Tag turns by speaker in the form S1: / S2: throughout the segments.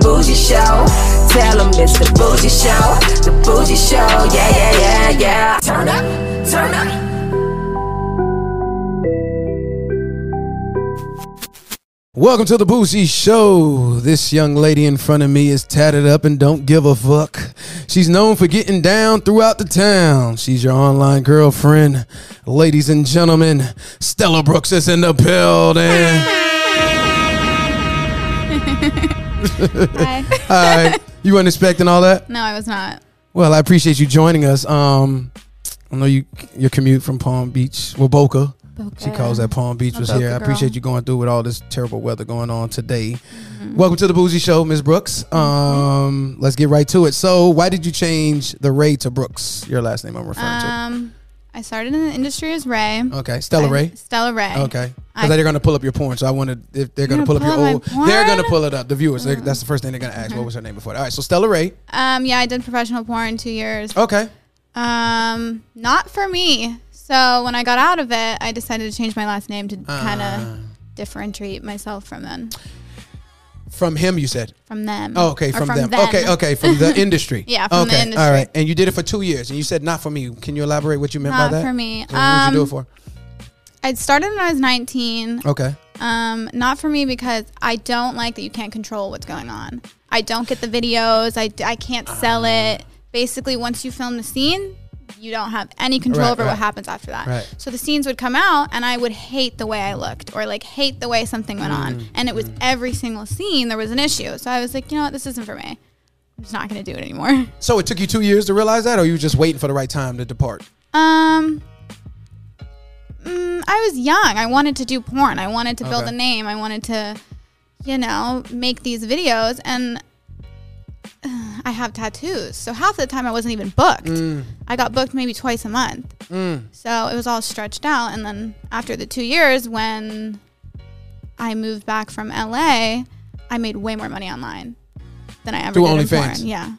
S1: bougie show. Tell them it's the bougie show. The bougie show. Yeah, yeah, yeah, yeah. Turn up, turn up.
S2: Welcome to the Boozy Show. This young lady in front of me is tatted up and don't give a fuck. She's known for getting down throughout the town. She's your online girlfriend. Ladies and gentlemen, Stella Brooks is in the building.
S3: Hi.
S2: All right. You weren't expecting all that?
S3: No, I was not.
S2: Well, I appreciate you joining us. Um, I know you your commute from Palm Beach, well Boca. She calls that Palm Beach was
S3: Boca
S2: here. I
S3: girl.
S2: appreciate you going through with all this terrible weather going on today.
S3: Mm-hmm.
S2: Welcome to the Boozy Show, Ms. Brooks. Um, let's get right to it. So, why did you change the Ray to Brooks? Your last name I'm referring
S3: Um, I started in the industry as Ray.
S2: to. Okay, Oh, Stella Ray. Oh,
S3: Stella Ray.
S2: Okay,
S3: I-
S2: because they're gonna pull up your porn. So I wanted if they're gonna,
S3: You're
S2: pull up
S3: gonna
S2: your
S3: pull up
S2: old.
S3: my
S2: They're gonna
S3: porn? Uh-huh.
S2: pull it up. The viewers. They're- That's the first thing they're gonna ask. What was her name before? All right, so Stella Ray.
S3: Um, yeah, I did professional porn two years.
S2: Okay.
S3: Um, not for me. So when I got out of it, I decided to change my last name to kind
S2: Ah.
S3: of differentiate myself from them,
S2: From him, you said.
S3: from them.
S2: Oh, okay,
S3: Or
S2: from, them. Okay, okay, from the industry.
S3: Yeah, from the
S2: okay,
S3: industry.
S2: All right, and you did it for two years, and you said not for me. Can you elaborate what you meant
S3: Not
S2: by that?
S3: for me.
S2: So what did you do it
S3: Um,
S2: for?
S3: I started when I was 19.
S2: Okay.
S3: Um, not for me because I don't like that you can't control what's going on. I don't get the videos. I, I can't sell
S2: Ah.
S3: it. Basically, once you film the scene, you don't have any control
S2: Right,
S3: over
S2: right.
S3: what happens after that.
S2: Right.
S3: So the scenes would come out, and I would hate the way I looked, or like hate the way something went
S2: Mm,
S3: on. And it was every single scene there was an issue. So I was like, you know what, this isn't for me. I'm just not gonna do it anymore.
S2: So it took you two years to realize that, or you were just waiting for the right time to depart?
S3: Um, mm, I was young. I wanted to do porn. I wanted to build
S2: Okay.
S3: a name. I wanted to, you know, make these videos. And uh, I have tattoos, so half the time I wasn't even booked.
S2: Mm.
S3: I got booked maybe twice a month. So it was all stretched out. And then after the two years, when I moved back from LA, I made way more money online than I ever
S2: Through
S3: did in
S2: OnlyFans.
S3: porn. Yeah.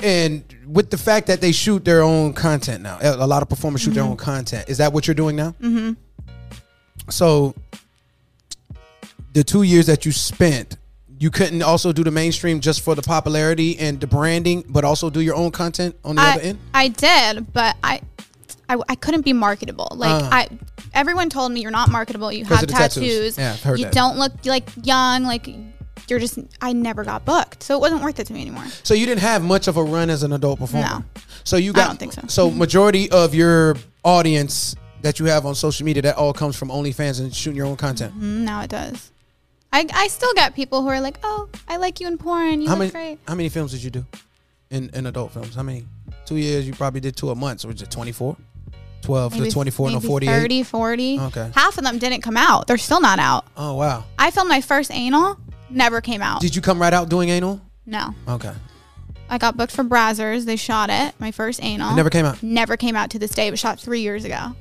S2: And with the fact that they shoot their own content now, a a lot of performers shoot
S3: Mm-hmm.
S2: their own content. Is that what you're doing now? Mm-hmm. So the two years that you spent, you couldn't also do the mainstream just for the popularity and the branding, but also do your own content on the
S3: I,
S2: other end.
S3: I did, but I, I, I couldn't be marketable. Like
S2: Uh.
S3: I, everyone told me you're not marketable. You
S2: 'Cause
S3: have
S2: of the
S3: tattoos.
S2: tattoos. Yeah, I've heard
S3: you
S2: that.
S3: don't look like young. Like you're just. I never got booked, so it wasn't worth it to me anymore.
S2: So you didn't have much of a run as an adult performer.
S3: No.
S2: So you got
S3: don't think so.
S2: majority of your audience that you have on social media that all comes from OnlyFans and shooting your own content.
S3: Mm, Now it does. I, I still get people who are like, oh, I like you in porn. You
S2: how
S3: look
S2: many
S3: great.
S2: how many films did you do in in adult films? How many? Two years you probably did two a month, so was it 24? 12 to 24 no
S3: maybe
S2: 48.
S3: 30, 40.
S2: Okay.
S3: Half of them didn't come out. They're still not out.
S2: Oh wow.
S3: I filmed my first anal. Never came out.
S2: Did you come right out doing anal?
S3: no.
S2: Okay.
S3: I got booked for Brazzers. They shot it. My first anal.
S2: It never came out.
S3: never came out to this day. It was shot three years ago.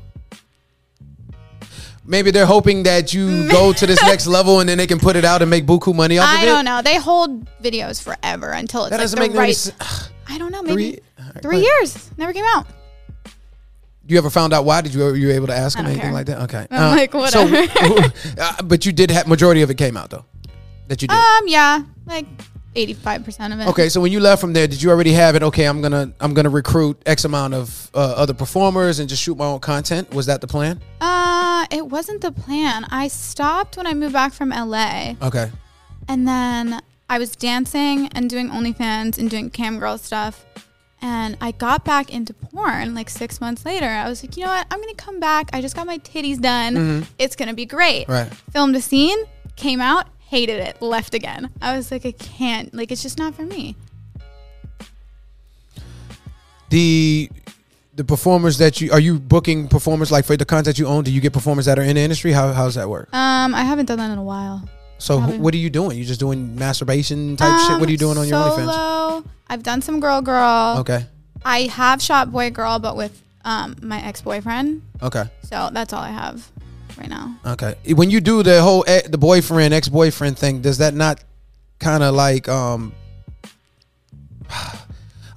S2: Maybe they're hoping that you go to this next level and then they can put it out and make buku money off
S3: I
S2: of it.
S3: don't know. They hold videos forever until it's
S2: That
S3: like
S2: doesn't
S3: the
S2: make no
S3: right.
S2: sense.
S3: I don't know.
S2: Three-
S3: Maybe
S2: all right,
S3: three,
S2: go ahead.
S3: years. Never came out.
S2: You ever found out why? Did you were you able to ask them
S3: don't
S2: anything
S3: care.
S2: like that? Okay. Uh,
S3: I'm like, whatever.
S2: So, uh, but you did have majority of it came out though. That you did.
S3: Um, yeah, like eighty-five percent of it.
S2: Okay, so when you left from there, did you already have it? Okay, I'm gonna I'm gonna recruit X amount of uh, other performers and just shoot my own content. Was that the plan?
S3: Uh, it wasn't the plan. I stopped when I moved back from LA,
S2: Okay,
S3: and then I was dancing and doing OnlyFans and doing cam girl stuff. And I got back into porn like six months later. I was like, you know what? I'm gonna come back. I just got my titties done. It's gonna be great.
S2: Mm-hmm. right.
S3: filmed a scene, came out, hated it, left again. I was like, I can't. Like, it's just not for me.
S2: The the performers that you are you booking performers like for the content you own? Do you get performers that are in the industry? How how does that work?
S3: Um, I haven't done that in a while.
S2: So wh-
S3: probably-
S2: what are you doing? You just doing masturbation type shit? What
S3: Um,
S2: are you doing on your OnlyFans?
S3: Solo. I've done some girl, girl.
S2: Okay,
S3: I have shot boy, girl, but with um my ex boyfriend.
S2: okay,
S3: So that's all I have right now.
S2: okay. When you do the whole e- the boyfriend ex boyfriend thing, does that not kind of like um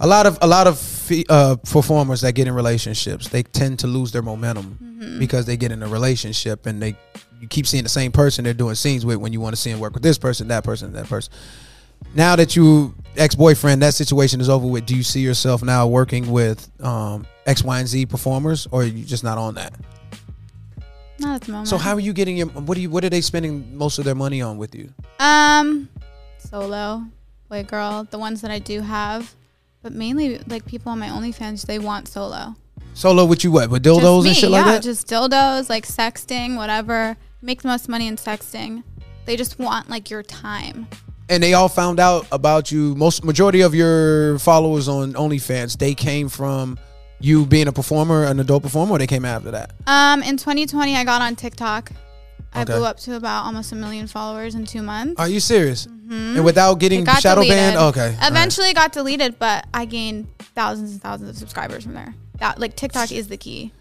S2: a lot of a lot of fe- uh, performers that get in relationships they tend to lose their momentum because they get in a relationship and they you keep seeing the same person they're doing scenes with when you want to see them work with this person, that person, that person. Now that you ex boyfriend, that situation is over with. Do you see yourself now working with um, X, Y, and Z performers, or are you just not on that?
S3: Not at the moment.
S2: So how are you getting your? What do you? What are they spending most of their money on with you?
S3: Um, solo, boy, girl, the ones that I do have, but mainly like people on my OnlyFans, they want solo.
S2: Solo with you? What with
S3: Just
S2: dildos
S3: me,
S2: and shit like
S3: yeah,
S2: that?
S3: Just dildos, like sexting, whatever. Make the most money in sexting. They just want like your time.
S2: and they all found out about you. Most majority of your followers on OnlyFans, they came from you being a performer, an adult performer, or they came after that.
S3: Um, in 2020, I got on TikTok. I
S2: Okay.
S3: blew up to about almost a million followers in two months.
S2: Are you serious? And without getting
S3: Mm-hmm. It got
S2: shadow
S3: deleted.
S2: banned, okay. all right.
S3: Eventually, it got deleted, but I gained thousands and thousands of subscribers from there. That like TikTok is the key.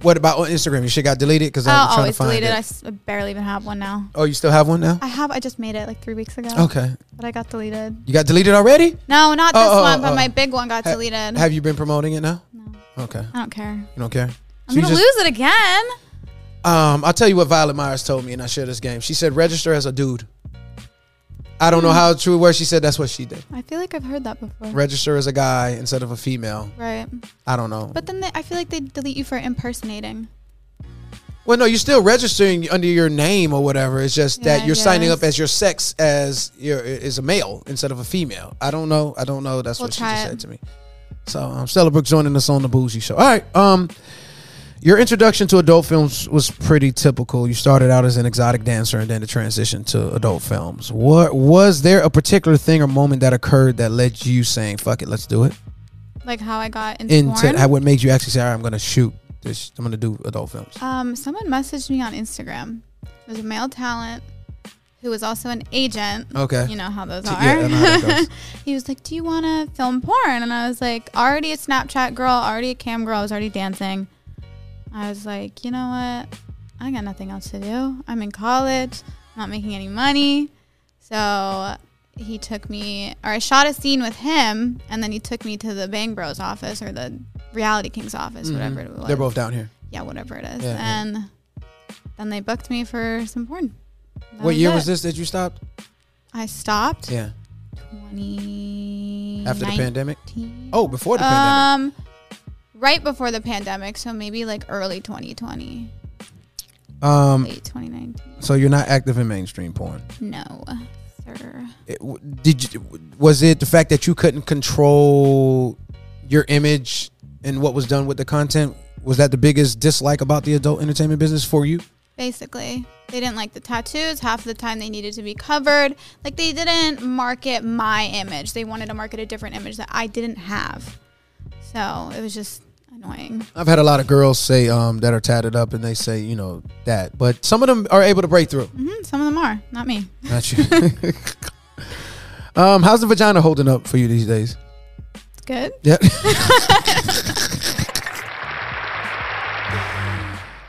S2: What about on Instagram? Your shit got deleted because I was
S3: I'll
S2: trying to
S3: always
S2: find
S3: delete it.
S2: it.
S3: oh, I s- I barely even have one now.
S2: oh, you still have one now?
S3: I have. I just made it like three weeks ago.
S2: Okay,
S3: But I got deleted.
S2: you got deleted already.
S3: No, not
S2: Oh,
S3: this
S2: oh,
S3: one.
S2: oh,
S3: but
S2: oh.
S3: my big one got
S2: Ha-
S3: deleted.
S2: Have you been promoting it now?
S3: no,
S2: Okay,
S3: I don't care.
S2: you don't care. So
S3: I'm
S2: you
S3: gonna
S2: just-
S3: lose it again.
S2: Um, I'll tell you what Violet Myers told me, and I share this game. She said, "Register as a dude." I don't know how true it was. She said that's what she did.
S3: I feel like I've heard that before. Right.
S2: Register as a guy instead of a female. I don't know.
S3: But then they, I feel like they delete you for impersonating.
S2: Well, no, you're still registering under your name or whatever. It's just
S3: Yeah,
S2: that
S3: I
S2: you're signing
S3: guess.
S2: up as your sex as your is a male instead of a female. I don't know. I don't know. That's
S3: We'll
S2: what she
S3: try
S2: just
S3: it.
S2: said to me. So, um, Stella Brooks joining us on the Boozy Show. All right. Um, your introduction to adult films was pretty typical. You started out as an exotic dancer and then the transition to adult films. What was there a particular thing or moment that occurred that led you saying "fuck it, let's do it"?
S3: Like how I got into,
S2: Into
S3: porn.
S2: how- what made you actually say, "All right, I'm going to shoot this. I'm going to do adult films."
S3: Um, someone messaged me on Instagram. It was a male talent who was also an agent.
S2: Okay.
S3: You know how those
S2: Eh. T-
S3: are.
S2: yeah, I know how that goes.
S3: he was like, Do you want to film porn? And I was like, Already a Snapchat girl, already a cam girl, I was already dancing. I was like, You know what? I got nothing else to do. I'm in college, not making any money. So he took me, or I shot a scene with him, and then he took me to the Bang Bros office or the Reality Kings office, whatever it was
S2: Mm-hmm. They're both down here.
S3: yeah, whatever it is.
S2: Yeah, yeah.
S3: and then they booked me for some porn. That
S2: what year was
S3: it.
S2: this that you stopped?
S3: I stopped.
S2: Yeah.
S3: 20
S2: After the pandemic? Oh, before the pandemic.
S3: um, right before the pandemic, so maybe like early 2020,
S2: Um,
S3: late 2019.
S2: so you're not active in mainstream porn.
S3: No, sir.
S2: It, w- did you, was it the fact that you couldn't control your image and what was done with the content? Was that the biggest dislike about the adult entertainment business for you?
S3: Basically, they didn't like the tattoos. Half the time, they needed to be covered. Like they didn't market my image. They wanted to market a different image that I didn't have. So it was just annoying.
S2: I've had a lot of girls say um, that are tatted up and they say, you know, that. But some of them are able to break through.
S3: hmm some of them are, not me.
S2: Not you. um, how's the vagina holding up for you these days?
S3: It's good.
S2: Yep.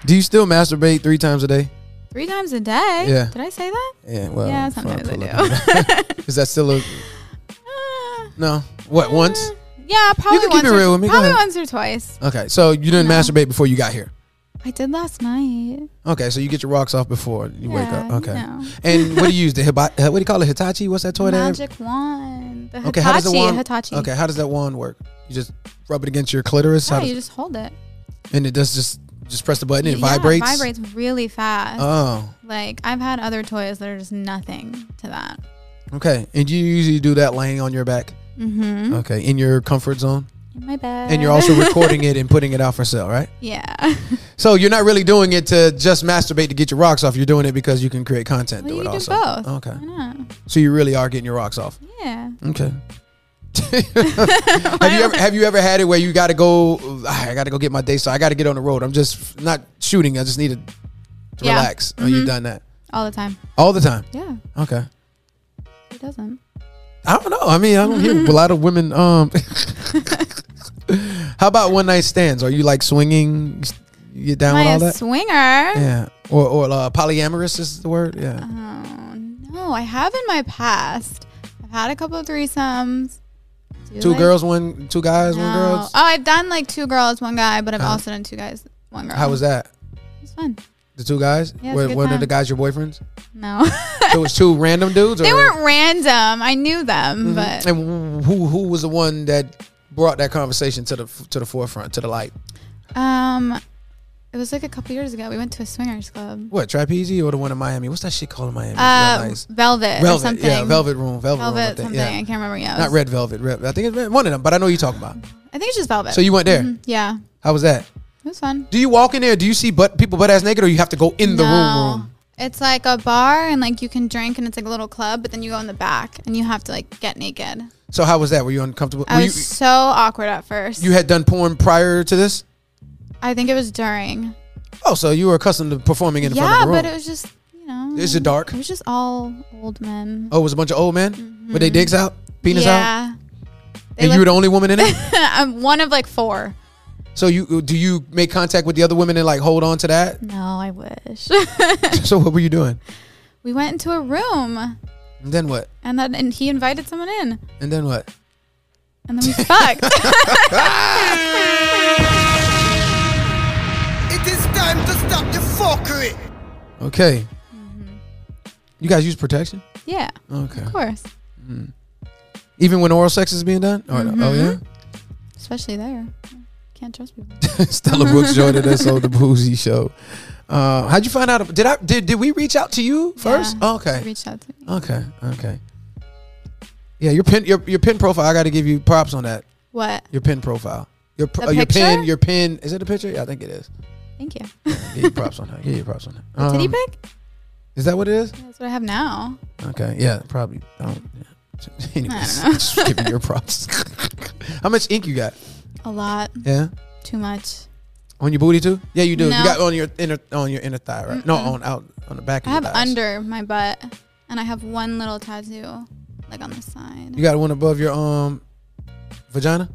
S2: Do you still masturbate three times a day?
S3: Three times a day.
S2: Yeah.
S3: Did I say that?
S2: Yeah, well,
S3: yeah,
S2: before
S3: sometimes I
S2: pull
S3: do.
S2: up- Is that still a
S3: Uh,
S2: no? What once?
S3: yeah, probably
S2: can keep
S3: once
S2: it
S3: or,
S2: real with me, go
S3: Probably
S2: ahead.
S3: once or twice.
S2: Okay, so you didn't
S3: No.
S2: masturbate before you got here.
S3: I did last night.
S2: Okay, so you get your rocks off before you wake
S3: Yeah,
S2: up. Okay,
S3: no.
S2: and what do you use? The hiba- uh, what do you call it? Hitachi? What's that toy? that-
S3: Magic wand. The Hitachi.
S2: Okay, how does the wand?
S3: Hitachi.
S2: Okay, how does that wand work? You just rub it against your clitoris, how
S3: Yeah,
S2: does-
S3: you just hold it.
S2: and it does just just press the button and it
S3: Yeah,
S2: vibrates.
S3: It vibrates really fast.
S2: Oh,
S3: like I've had other toys that are just nothing to that.
S2: okay. And you usually do that laying on your back.
S3: Mm-hmm. Uh.
S2: Okay, in your comfort zone.
S3: In my bed.
S2: and you're also recording it and putting it out for sale, right?
S3: yeah.
S2: So you're not really doing it to just masturbate to get your rocks off. You're doing it because you can create content
S3: well,
S2: through
S3: you
S2: it
S3: can do
S2: also.
S3: both.
S2: Okay,
S3: Why not?
S2: so you really are getting your rocks off.
S3: Yeah.
S2: Okay. have you ever have you ever had it where you got to go? "Ugh, I got to go get my day, so I got to get on the road. I'm just not shooting. I just need to
S3: Yeah. Mm-hmm.
S2: relax. Oh, you done that
S3: All the time.
S2: all the time?
S3: Yeah.
S2: Okay.
S3: Who doesn't?
S2: I don't know. I mean, I don't hear a lot of women. Um, how about one night stands? Are you like swinging? You get down
S3: Am
S2: with
S3: I
S2: all
S3: a
S2: that?
S3: swinger?
S2: Yeah, or or uh, polyamorous is the word. Yeah.
S3: Oh no, I have in my past. I've had a couple of threesomes. Do
S2: Two
S3: I-
S2: girls, one two guys,
S3: No. Uh,
S2: one girl.
S3: Oh, I've done like two girls, one guy, but I've
S2: Uh,
S3: also done two guys, one girl.
S2: How was that?
S3: It was fun.
S2: The two guys?
S3: Yeah, it's a
S2: Were-
S3: good
S2: One of
S3: time.
S2: the guys your boyfriends?
S3: No.
S2: So it was two random dudes?
S3: they
S2: or-
S3: weren't random. I knew
S2: Mm-hmm.
S3: them, but
S2: And who who was the one that brought that conversation to the to the forefront, to the light?
S3: um, it was like a couple years ago. We went to a swingers club.
S2: What, Trapeze or the one in Miami? What's that shit called in Miami? It's
S3: Uh,
S2: real nice.
S3: Velvet, or
S2: Velvet,
S3: something.
S2: yeah, Velvet Room, Velvet, Room, I
S3: Velvet
S2: think,
S3: something. I
S2: yeah.
S3: can't remember. Yeah, it
S2: Not
S3: was-
S2: Red Velvet, Red, I think it's Red- one of them, but I know what you're talking about.
S3: I think it's just Velvet.
S2: So you went there.
S3: Mhm, yeah,
S2: How was that?
S3: it was fun.
S2: Do you walk in there? Do you see butt people butt ass naked, or you have to go in the
S3: No.
S2: room? room?
S3: It's like a bar and like you can drink and it's like a little club, but then you go in the back and you have to like get naked.
S2: So how was that? Were you uncomfortable?
S3: I
S2: Were
S3: was so awkward at first.
S2: you, you had done porn prior to this.
S3: I think it was during.
S2: Oh, so you were accustomed to performing in
S3: Yeah,
S2: front of the room.
S3: but it was just you know.
S2: Is it dark?
S3: It was just all old men.
S2: oh, it was a bunch of old men with their dicks out, penis out,
S3: Mm-hmm. yeah. They
S2: and you were
S3: look-
S2: the only woman in it.
S3: I'm one of like four.
S2: so you do you make contact with the other women and like hold on to that?
S3: No, I wish.
S2: so what were you doing?
S3: we went into a room
S2: And then what?
S3: and then and he invited someone in
S2: And then what?
S3: and then we fucked.
S4: It is time to stop the fuckery.
S2: Okay.
S3: Mm-hmm.
S2: You guys use protection?
S3: yeah,
S2: Okay.
S3: of course.
S2: Even when oral sex is being done? Or no? Oh yeah.
S3: Especially there. Can't trust people.
S2: Stella Brooks joined us on the Boozy Show. Uh, how'd you find out? Did I did did we reach out to you first? Oh,
S3: Yeah.
S2: okay,
S3: Reached out to me.
S2: okay, okay. Yeah, your pin your your pin profile. I got to give you props on that.
S3: What?
S2: Your pin profile. Your pr-
S3: The
S2: uh, your pin
S3: picture?
S2: your pin is it a picture? Yeah, I think it is.
S3: Thank you.
S2: Give you props on that. Give you props on that.
S3: Titty
S2: Um,
S3: pic?
S2: Is that what it is?
S3: That's what I have now.
S2: Okay, yeah, probably. I don't. Yeah. So, Anyways,
S3: I don't know.
S2: just give me your props. How much ink you got?
S3: A lot.
S2: Yeah,
S3: Too much.
S2: on your booty too. Yeah, you do. You
S3: No.
S2: got on your inner on your inner thigh, right? No, on out on the back. Of
S3: I have
S2: your thighs.
S3: under my butt and I have one little tattoo like on the side.
S2: You got one above your um vagina.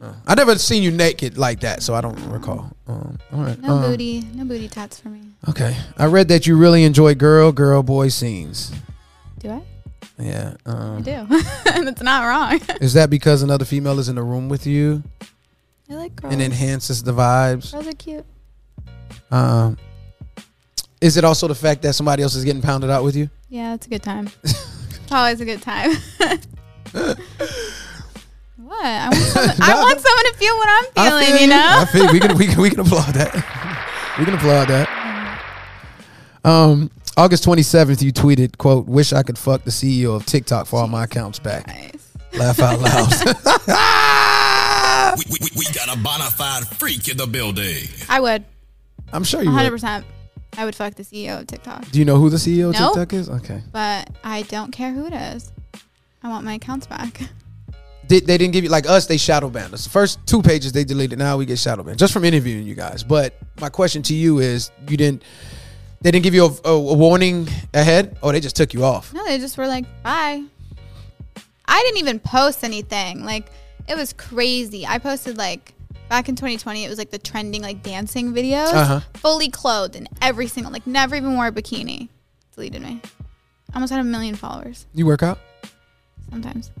S2: Uh, I never seen you naked like that, so I don't recall. Um, all right.
S3: no
S2: um,
S3: booty. No booty tats for me.
S2: Okay. I read that you really enjoy girl, girl, boy scenes.
S3: Do I?
S2: Yeah.
S3: I
S2: Um,
S3: do. and it's not wrong.
S2: is that because another female is in the room with you
S3: I like girls.
S2: and enhances the vibes?
S3: girls are cute.
S2: Um, is it also the fact that somebody else is getting pounded out with you?
S3: Yeah, that's a good time. it's always a good time. what? I want, someone, I
S2: No.
S3: want someone to feel what I'm feeling,
S2: feel
S3: you know?
S2: I feel we can we can we can applaud that. we can applaud that. Um, August twenty seventh, you tweeted, "quote Wish I could fuck the CEO of TikTok for all my accounts back."
S3: Nice.
S2: Laugh out loud.
S5: We, we, we got a bona fide freak in the building.
S3: I would.
S2: I'm sure you. Would.
S3: 100%. I would fuck the CEO of TikTok.
S2: Do you know who the CEO of
S3: No.
S2: TikTok is? Okay.
S3: But I don't care who it is. I want my accounts back.
S2: Did, they didn't give you like us? They shadow banned us. The first two pages they deleted. Now we get shadow banned just from interviewing you guys. But my question to you is, you didn't. They didn't give you a, a, a warning ahead, or they just took you off.
S3: No, they just were like, bye. I didn't even post anything. Like, it was crazy. I posted, like, back in 2020, it was like the trending, like, dancing videos.
S2: Uh-huh.
S3: Fully clothed in every single, like, never even wore a bikini. Deleted me. I almost had a million followers
S2: You work out?
S3: sometimes.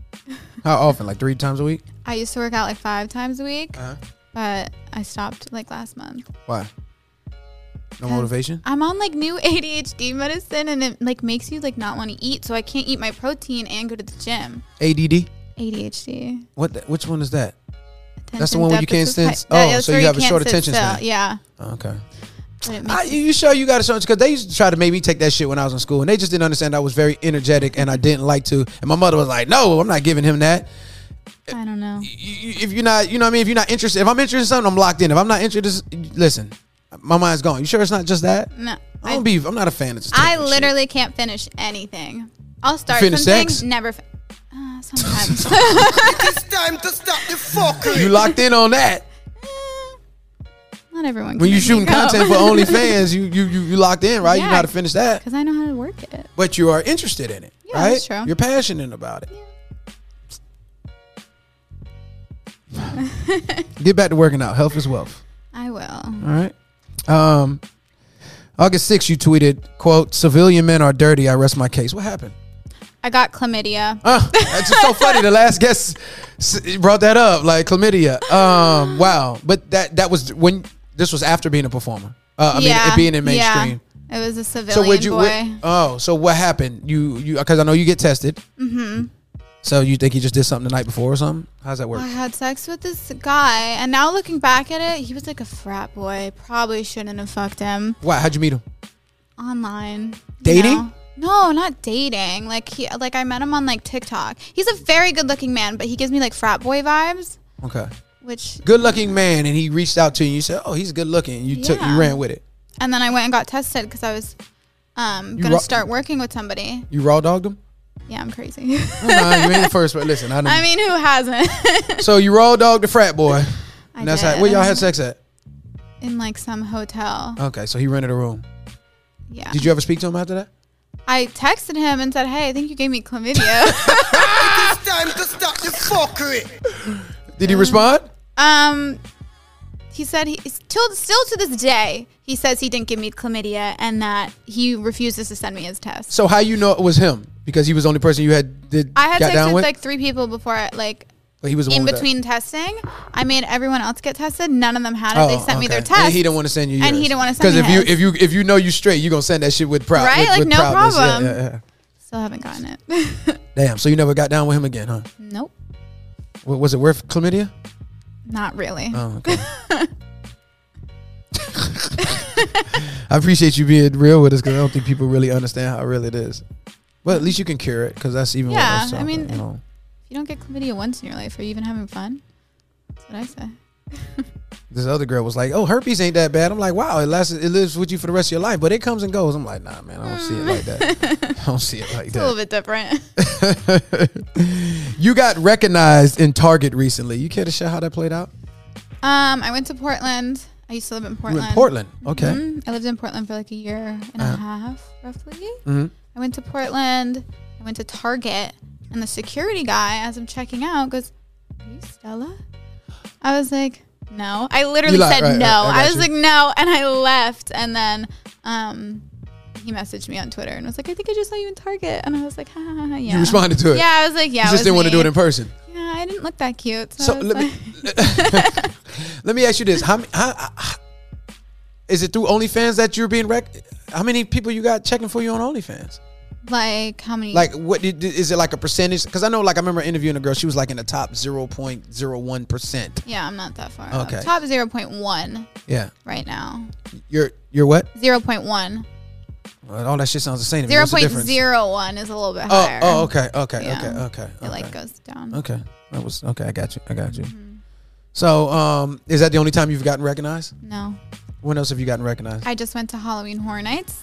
S2: How often? Like three times a week?
S3: I used to work out like five times a week,
S2: Uh-huh.
S3: but I stopped like last month.
S2: Why? No
S3: 'Cause
S2: motivation?
S3: I'm on like new ADHD medicine and it like makes you like not want to eat, so I can't eat my protein and go to the gym.
S2: ADD?
S3: ADHD.
S2: What? The, which one is that? the
S3: Attention
S2: one where you can't
S3: deficit
S2: stand
S3: hy-
S2: s-
S3: that-
S2: oh,
S3: that's
S2: so
S3: where
S2: you have a
S3: can't
S2: short
S3: sit
S2: attention
S3: still.
S2: span.
S3: Yeah.
S2: Okay.
S3: But it
S2: I,
S3: makes-
S2: you you sure you got a certain Because they used to try to make me take that shit when I was in school, and they just didn't understand I was very energetic and I didn't like to. And my mother was like, "No, I'm not giving him that.
S3: I don't know.
S2: Y- y- If you're not, you know what I mean. If you're not interested, if I'm interested in something, I'm locked in. If I'm not interested, listen, my mind's gone. You sure it's not just that?
S3: No.
S2: I
S3: I,
S2: don't be. I'm not a fan of. Just
S3: I
S2: taking shit.
S3: literally can't finish anything. I'll start
S2: finish
S3: something,
S2: sex?
S3: never fi- uh, sometimes.
S4: It's time to stop the fuckery.
S2: You locked in on that.
S3: not everyone can
S2: When you shooting content for OnlyFans, you you you, you locked in, right? You know
S3: Yeah.
S2: how to finish that.
S3: Because I know how to work it.
S2: but you are interested in it,
S3: Yeah,
S2: right?
S3: that's true.
S2: You're passionate about it. Get back to working out. Health is wealth.
S3: I will.
S2: All right. Um, August 6th, you tweeted, "quote Civilian men are dirty. I rest my case." What happened?
S3: I got chlamydia.
S2: Uh, it's just so funny. The last guest s- brought that up, like chlamydia. Um, wow. But that that was when this was after being a performer. Uh, I mean, it being in mainstream.
S3: Yeah. It was a
S2: So
S3: civilian
S2: would you?
S3: boy.
S2: what- oh, so what happened? You you because I know you get tested. Mm-hmm. So you think you just did something the night before or something? How's that work?
S3: I had sex with this guy, and now looking back at it, he was like a frat boy. Probably shouldn't have fucked him
S2: Why? How'd you meet him?
S3: online. you
S2: Dating?
S3: know? No, not dating. Like he, like I met him on like TikTok. He's a very good-looking man, but he gives me like frat boy vibes,
S2: Okay.
S3: which
S2: Good looking man, and he reached out to you. and You said, "Oh, he's good looking." and You took you
S3: Yeah.
S2: ran with it.
S3: and then I went and got tested because I was um,
S2: You
S3: gonna
S2: ro-
S3: start working with somebody.
S2: You raw dogged him.
S3: Yeah, I'm crazy.
S2: Oh, no, you ain't the first. But listen, I, know.
S3: I mean, who hasn't?
S2: so you raw dogged the frat boy.
S3: I
S2: And that's
S3: did.
S2: how, where y'all had sex at.
S3: in like some hotel.
S2: Okay, so he rented a room.
S3: Yeah,
S2: Did you ever speak to him after that?
S3: I texted him and said, "Hey, I think you gave me chlamydia."
S4: It's time to stop the fuckery.
S2: Did
S3: Mm.
S2: he respond?
S3: um, he said he till still to this day he says he didn't give me chlamydia and that he refuses to send me his test.
S2: So how you know it was him? Because he was the only person you had did
S3: I had
S2: got
S3: sex
S2: down
S3: with,
S2: with.
S3: like three people before, I- like
S2: Or he was the
S3: in
S2: one with that?
S3: between testing. I made everyone else get tested. None of them had it. they sent me their
S2: Oh, okay.
S3: test.
S2: And he don't want to send you.
S3: And he
S2: yours.
S3: don't wanna send
S2: if
S3: me
S2: you
S3: his.
S2: if you if you know you straight, you gonna send that shit with pride.
S3: Right?
S2: With,
S3: Like,
S2: with
S3: no
S2: proudness. Yeah,
S3: problem.
S2: Yeah, yeah,
S3: Still haven't gotten it.
S2: Damn. So you never got down with him again, huh?
S3: nope,
S2: Wa- was it worth chlamydia?
S3: not really.
S2: Oh, okay. I appreciate you being real with us because I don't think people really understand how real it is. But at least you can cure it because that's even. what
S3: Yeah,
S2: was
S3: I
S2: talking,
S3: mean-
S2: you know.
S3: If you don't get chlamydia once in your life, are you even having fun? That's what I say.
S2: this other girl was like, "Oh, herpes ain't that bad." I'm like, "Wow, it lasts, it lives with you for the rest of your life, but it comes and goes." I'm like, "Nah, man, I don't see it like that. I don't see it like
S3: Hmm. It's a little
S2: that."
S3: bit different.
S2: you got recognized in Target recently. You care to share how that played out?
S3: Um, I went to Portland. I used to live in
S2: You
S3: Portland.
S2: in Portland, okay? Uh-huh.
S3: Mhm. I lived in Portland for like a year and a half, roughly.
S2: Mhm.
S3: I went to Portland. I went to Target, and the security guy, as I'm checking out, goes, "Are you Stella?" I was like, "No." I literally
S2: lied,
S3: said
S2: right, right,
S3: no.
S2: I
S3: I,
S2: got
S3: was
S2: you.
S3: like, "No," and I left. And then um, he messaged me on Twitter and was like, "I think I just saw you in Target," and I was like, "Ha ha ha!" ha, Yeah.
S2: You responded to it.
S3: Yeah, I was like,
S2: you
S3: "Yeah." it
S2: just
S3: was
S2: didn't want to do
S3: me."
S2: it in person.
S3: Yeah, I didn't look that cute. So,
S2: So
S3: I was
S2: let me
S3: like-
S2: let me ask you this: How, many- how, how is it through OnlyFans that you're being rec? How many people you got checking for you on OnlyFans?
S3: like how many?
S2: Like, what did- did- is it like a percentage? Because I know, like, I remember interviewing a girl. She was like in the top zero point zero one percent.
S3: Yeah, I'm not that far. up.
S2: Okay.
S3: Top 0.1
S2: Yeah,
S3: right now.
S2: you're you're what?
S3: 0.1.
S2: Well, all that shit sounds the same. To me. What's the difference?
S3: 0.01 is a little bit
S2: Oh,
S3: higher.
S2: oh, okay, okay,
S3: Yeah.
S2: okay, okay, okay.
S3: It like goes down.
S2: okay, that was okay. I got you. I got you.
S3: Mm-hmm.
S2: So, um, is that the only time you've gotten recognized?
S3: No.
S2: When else have you gotten recognized?
S3: I just went to Halloween Horror Nights.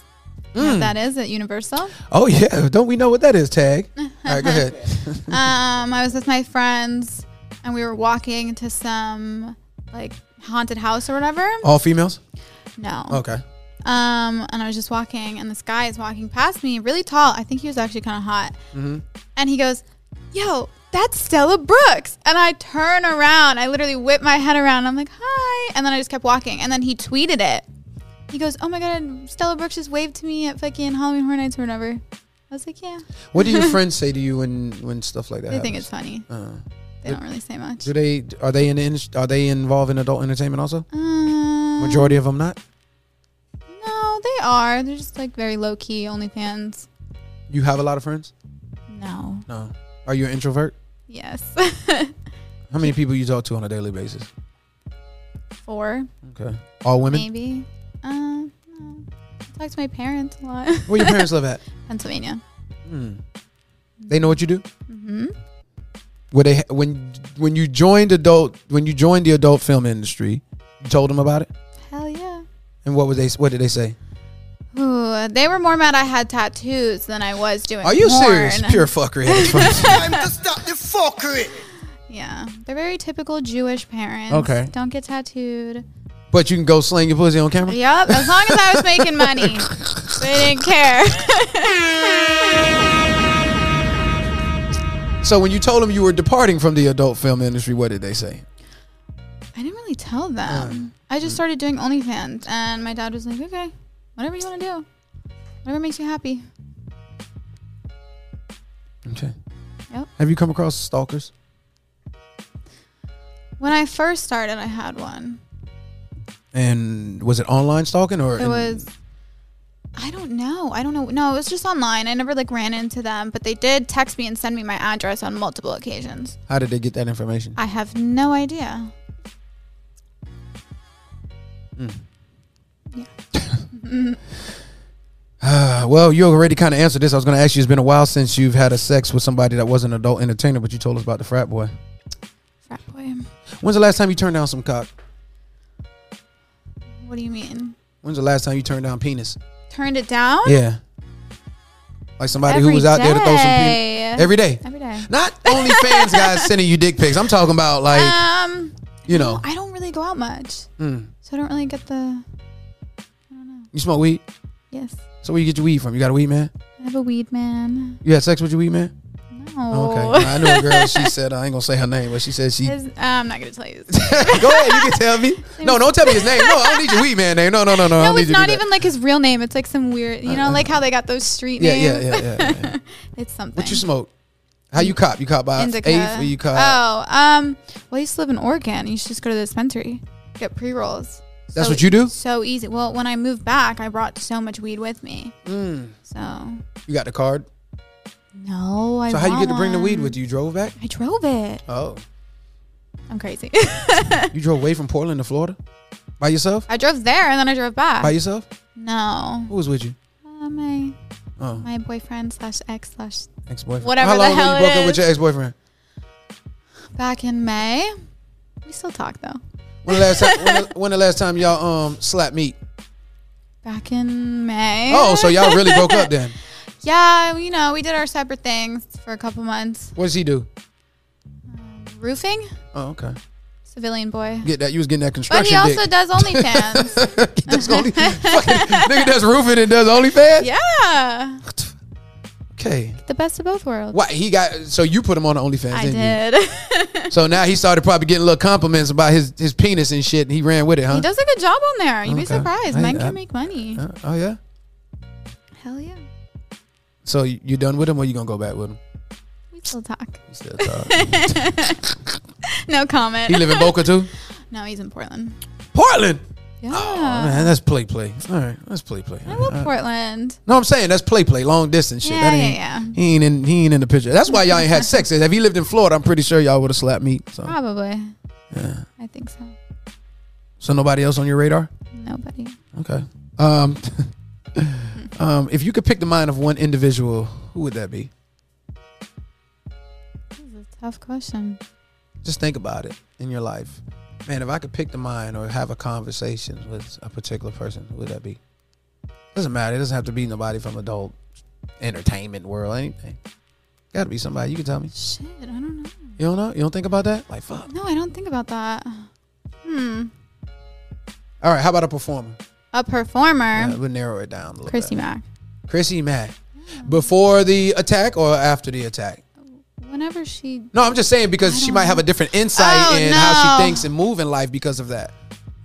S2: Hmm.
S3: You know what that is at Universal. um,
S2: Oh yeah, don't we know what that is? Tag. All right, go ahead.
S3: Um, I was with my friends and we were walking to some like haunted house or whatever.
S2: All females.
S3: No.
S2: Okay.
S3: Um, and I was just walking, and this guy is walking past me, really tall. I think he was actually kind of hot. And he goes, "Yo, that's Stella Brooks." And I turn around. I literally whip my head around. I'm like, "Hi!" And then I just kept walking. And then he tweeted it. He goes, "Oh my god, Stella Brooks just waved to me at fucking Halloween Horror Nights or whatever." I was like, "Yeah."
S2: What do your friends say to you when when stuff like that?
S3: They think it's
S2: happens?
S3: funny.
S2: Uh,
S3: They don't really say much.
S2: do they are they in the indus- are they involved in adult entertainment also?
S3: Um,
S2: Majority of them not.
S3: No, they are. They're just like very low key OnlyFans.
S2: You have a lot of friends.
S3: No.
S2: No. Are you an introvert?
S3: Yes.
S2: How many people you talk to on a daily basis?
S3: Four.
S2: Okay. All women.
S3: Maybe. Uh, no. I talk to my parents a lot.
S2: Where your parents live at?
S3: Pennsylvania.
S2: Hmm. They know what you do. Mm-hmm. Were they when when you joined adult when you joined the adult film industry? You told them about it,
S3: Hell yeah.
S2: and what was they? What did they say?
S3: Ooh, they were more mad I had tattoos than I was doing.
S2: Are you
S3: porn.
S2: serious? Pure fuckery. That's funny.
S4: Time to stop the fuckery.
S3: Yeah, they're very typical Jewish parents.
S2: Okay.
S3: Don't get tattooed.
S2: But you can go sling your pussy on camera.
S3: Yup. As long as I was making money, they didn't care.
S2: So when you told them you were departing from the adult film industry, what did they say?
S3: I didn't really tell them. I just started doing OnlyFans, and my dad was like, "Okay, whatever you want to do, whatever makes you happy."
S2: Okay.
S3: Yep.
S2: Have you come across stalkers?
S3: When I first started, I had one.
S2: And was it online stalking or
S3: It was. I don't know. I don't know. No, it was just online. I never like ran into them, but they did text me and send me my address on multiple occasions.
S2: How did they get that information?
S3: I have no idea.
S2: Uh, well, you already kind of answered this. I was going to ask you. It's been a while since you've had a sex with somebody that wasn't an adult entertainer, but you told us about the frat boy.
S3: Frat boy.
S2: When's the last time you turned down some cock?
S3: What do you mean?
S2: When's the last time you turned down penis?
S3: Turned it down?
S2: Yeah. Like somebody who
S3: Every
S2: was out there to throw some
S3: day.
S2: penis every day.
S3: Every day.
S2: Not only fans guys sending you dick pics. I'm talking about like
S3: Um,
S2: you know.
S3: I don't really go out much,
S2: Mm.
S3: so I don't really get the
S2: You smoke weed.
S3: yes.
S2: So where you get your weed from? You got a weed man?
S3: I have a weed man.
S2: You had sex with your weed man?
S3: No.
S2: Oh, Okay. I knew a girl. She said I ain't gonna say her name, but she said she.
S3: His- uh, I'm not gonna tell you. This.
S2: Go ahead. You can tell me. No, don't tell me his name. No, I don't need your weed man name. No, no, no, no. I
S3: No,
S2: don't need
S3: it's
S2: you to
S3: not
S2: do
S3: even like his real name. It's like some weird, you know, like how they got those street
S2: that. Yeah,
S3: names.
S2: yeah, yeah, yeah. yeah.
S3: It's something.
S2: What you smoke? How you cop? You cop by
S3: Indica.
S2: eighth or Uh, you cop?
S3: Oh, um, well, I used to live in Oregon. You should just go to the dispensary, get pre rolls.
S2: That's what you do?
S3: So easy. Well, when I moved back, I brought so much weed with me.
S2: Mm.
S3: So
S2: You got the card.
S3: no, I.
S2: So how you
S3: want
S2: get to bring the weed
S3: one.
S2: with you? You drove back?
S3: I drove it.
S2: Oh,
S3: I'm crazy.
S2: you drove away from Portland to Florida by yourself?
S3: I drove there and then I drove back.
S2: By yourself?
S3: no,
S2: Who was with you?
S3: uh, my
S2: Oh,
S3: my boyfriend slash ex slash
S2: ex boyfriend.
S3: Whatever
S2: How
S3: the
S2: long
S3: hell
S2: ago
S3: it
S2: you broke up with
S3: is.
S2: your ex boyfriend?
S3: back in May. We still talk though.
S2: When the last time? when, the, when the last time y'all um slapped meat?
S3: Back in May.
S2: Oh, so y'all really broke up then?
S3: yeah, you know, we did our separate things for a couple months.
S2: What does he do?
S3: Roofing,
S2: Oh, okay.
S3: civilian boy.
S2: Get that? You was getting that
S3: But he
S2: construction
S3: also
S2: dick.
S3: does OnlyFans.
S2: That's only, fucking, nigga, that's roofing and does OnlyFans.
S3: yeah,
S2: Okay.
S3: the best of both worlds.
S2: Why he got? So you put him on the OnlyFans?
S3: I
S2: didn't you?
S3: did.
S2: So now he started probably getting little compliments about his, his penis and shit, and he ran with it, huh?
S3: he does a good job on there. You'd be
S2: Okay.
S3: surprised.
S2: I-
S3: Men
S2: I-
S3: can make money.
S2: Uh, oh yeah.
S3: Hell yeah.
S2: So you, you done with him, or you gonna go back with him?
S3: We still talk.
S2: You still talk.
S3: No comment.
S2: he live in Boca too.
S3: no, he's in Portland.
S2: Portland.
S3: Yeah.
S2: Oh man, that's play play. All right, that's play play.
S3: I love
S2: Uh,
S3: Portland.
S2: no, I'm saying that's play play, long distance shit.
S3: Yeah,
S2: that
S3: yeah,
S2: ain't,
S3: yeah.
S2: He ain't in he ain't in the picture. That's why y'all ain't had sex. If he lived in Florida, I'm pretty sure y'all would have slapped me. So
S3: Probably. I think so.
S2: so nobody else on your radar.
S3: Nobody.
S2: Okay. Um, um, if you could pick the mind of one individual, who would that be?
S3: This is a tough question.
S2: just think about it in your life. Man, if I could pick the mind or have a conversation with a particular person, who would that be? Doesn't matter. It doesn't have to be nobody from adult entertainment world, anything. Got to be somebody. You can tell me.
S3: Shit, I don't know.
S2: You don't know? You don't think about that? Like, fuck.
S3: No, I don't think about that. Hmm.
S2: All right. How about a performer?
S3: A performer,
S2: Yeah, we'll narrow it down a little
S3: Chrissy
S2: bit.
S3: Mack.
S2: Chrissy Mack. Before the attack or after the attack?
S3: Whenever she,
S2: No, I'm just saying because she might have a different insight
S3: Oh,
S2: in how she
S3: no.
S2: thinks and move in life because of that.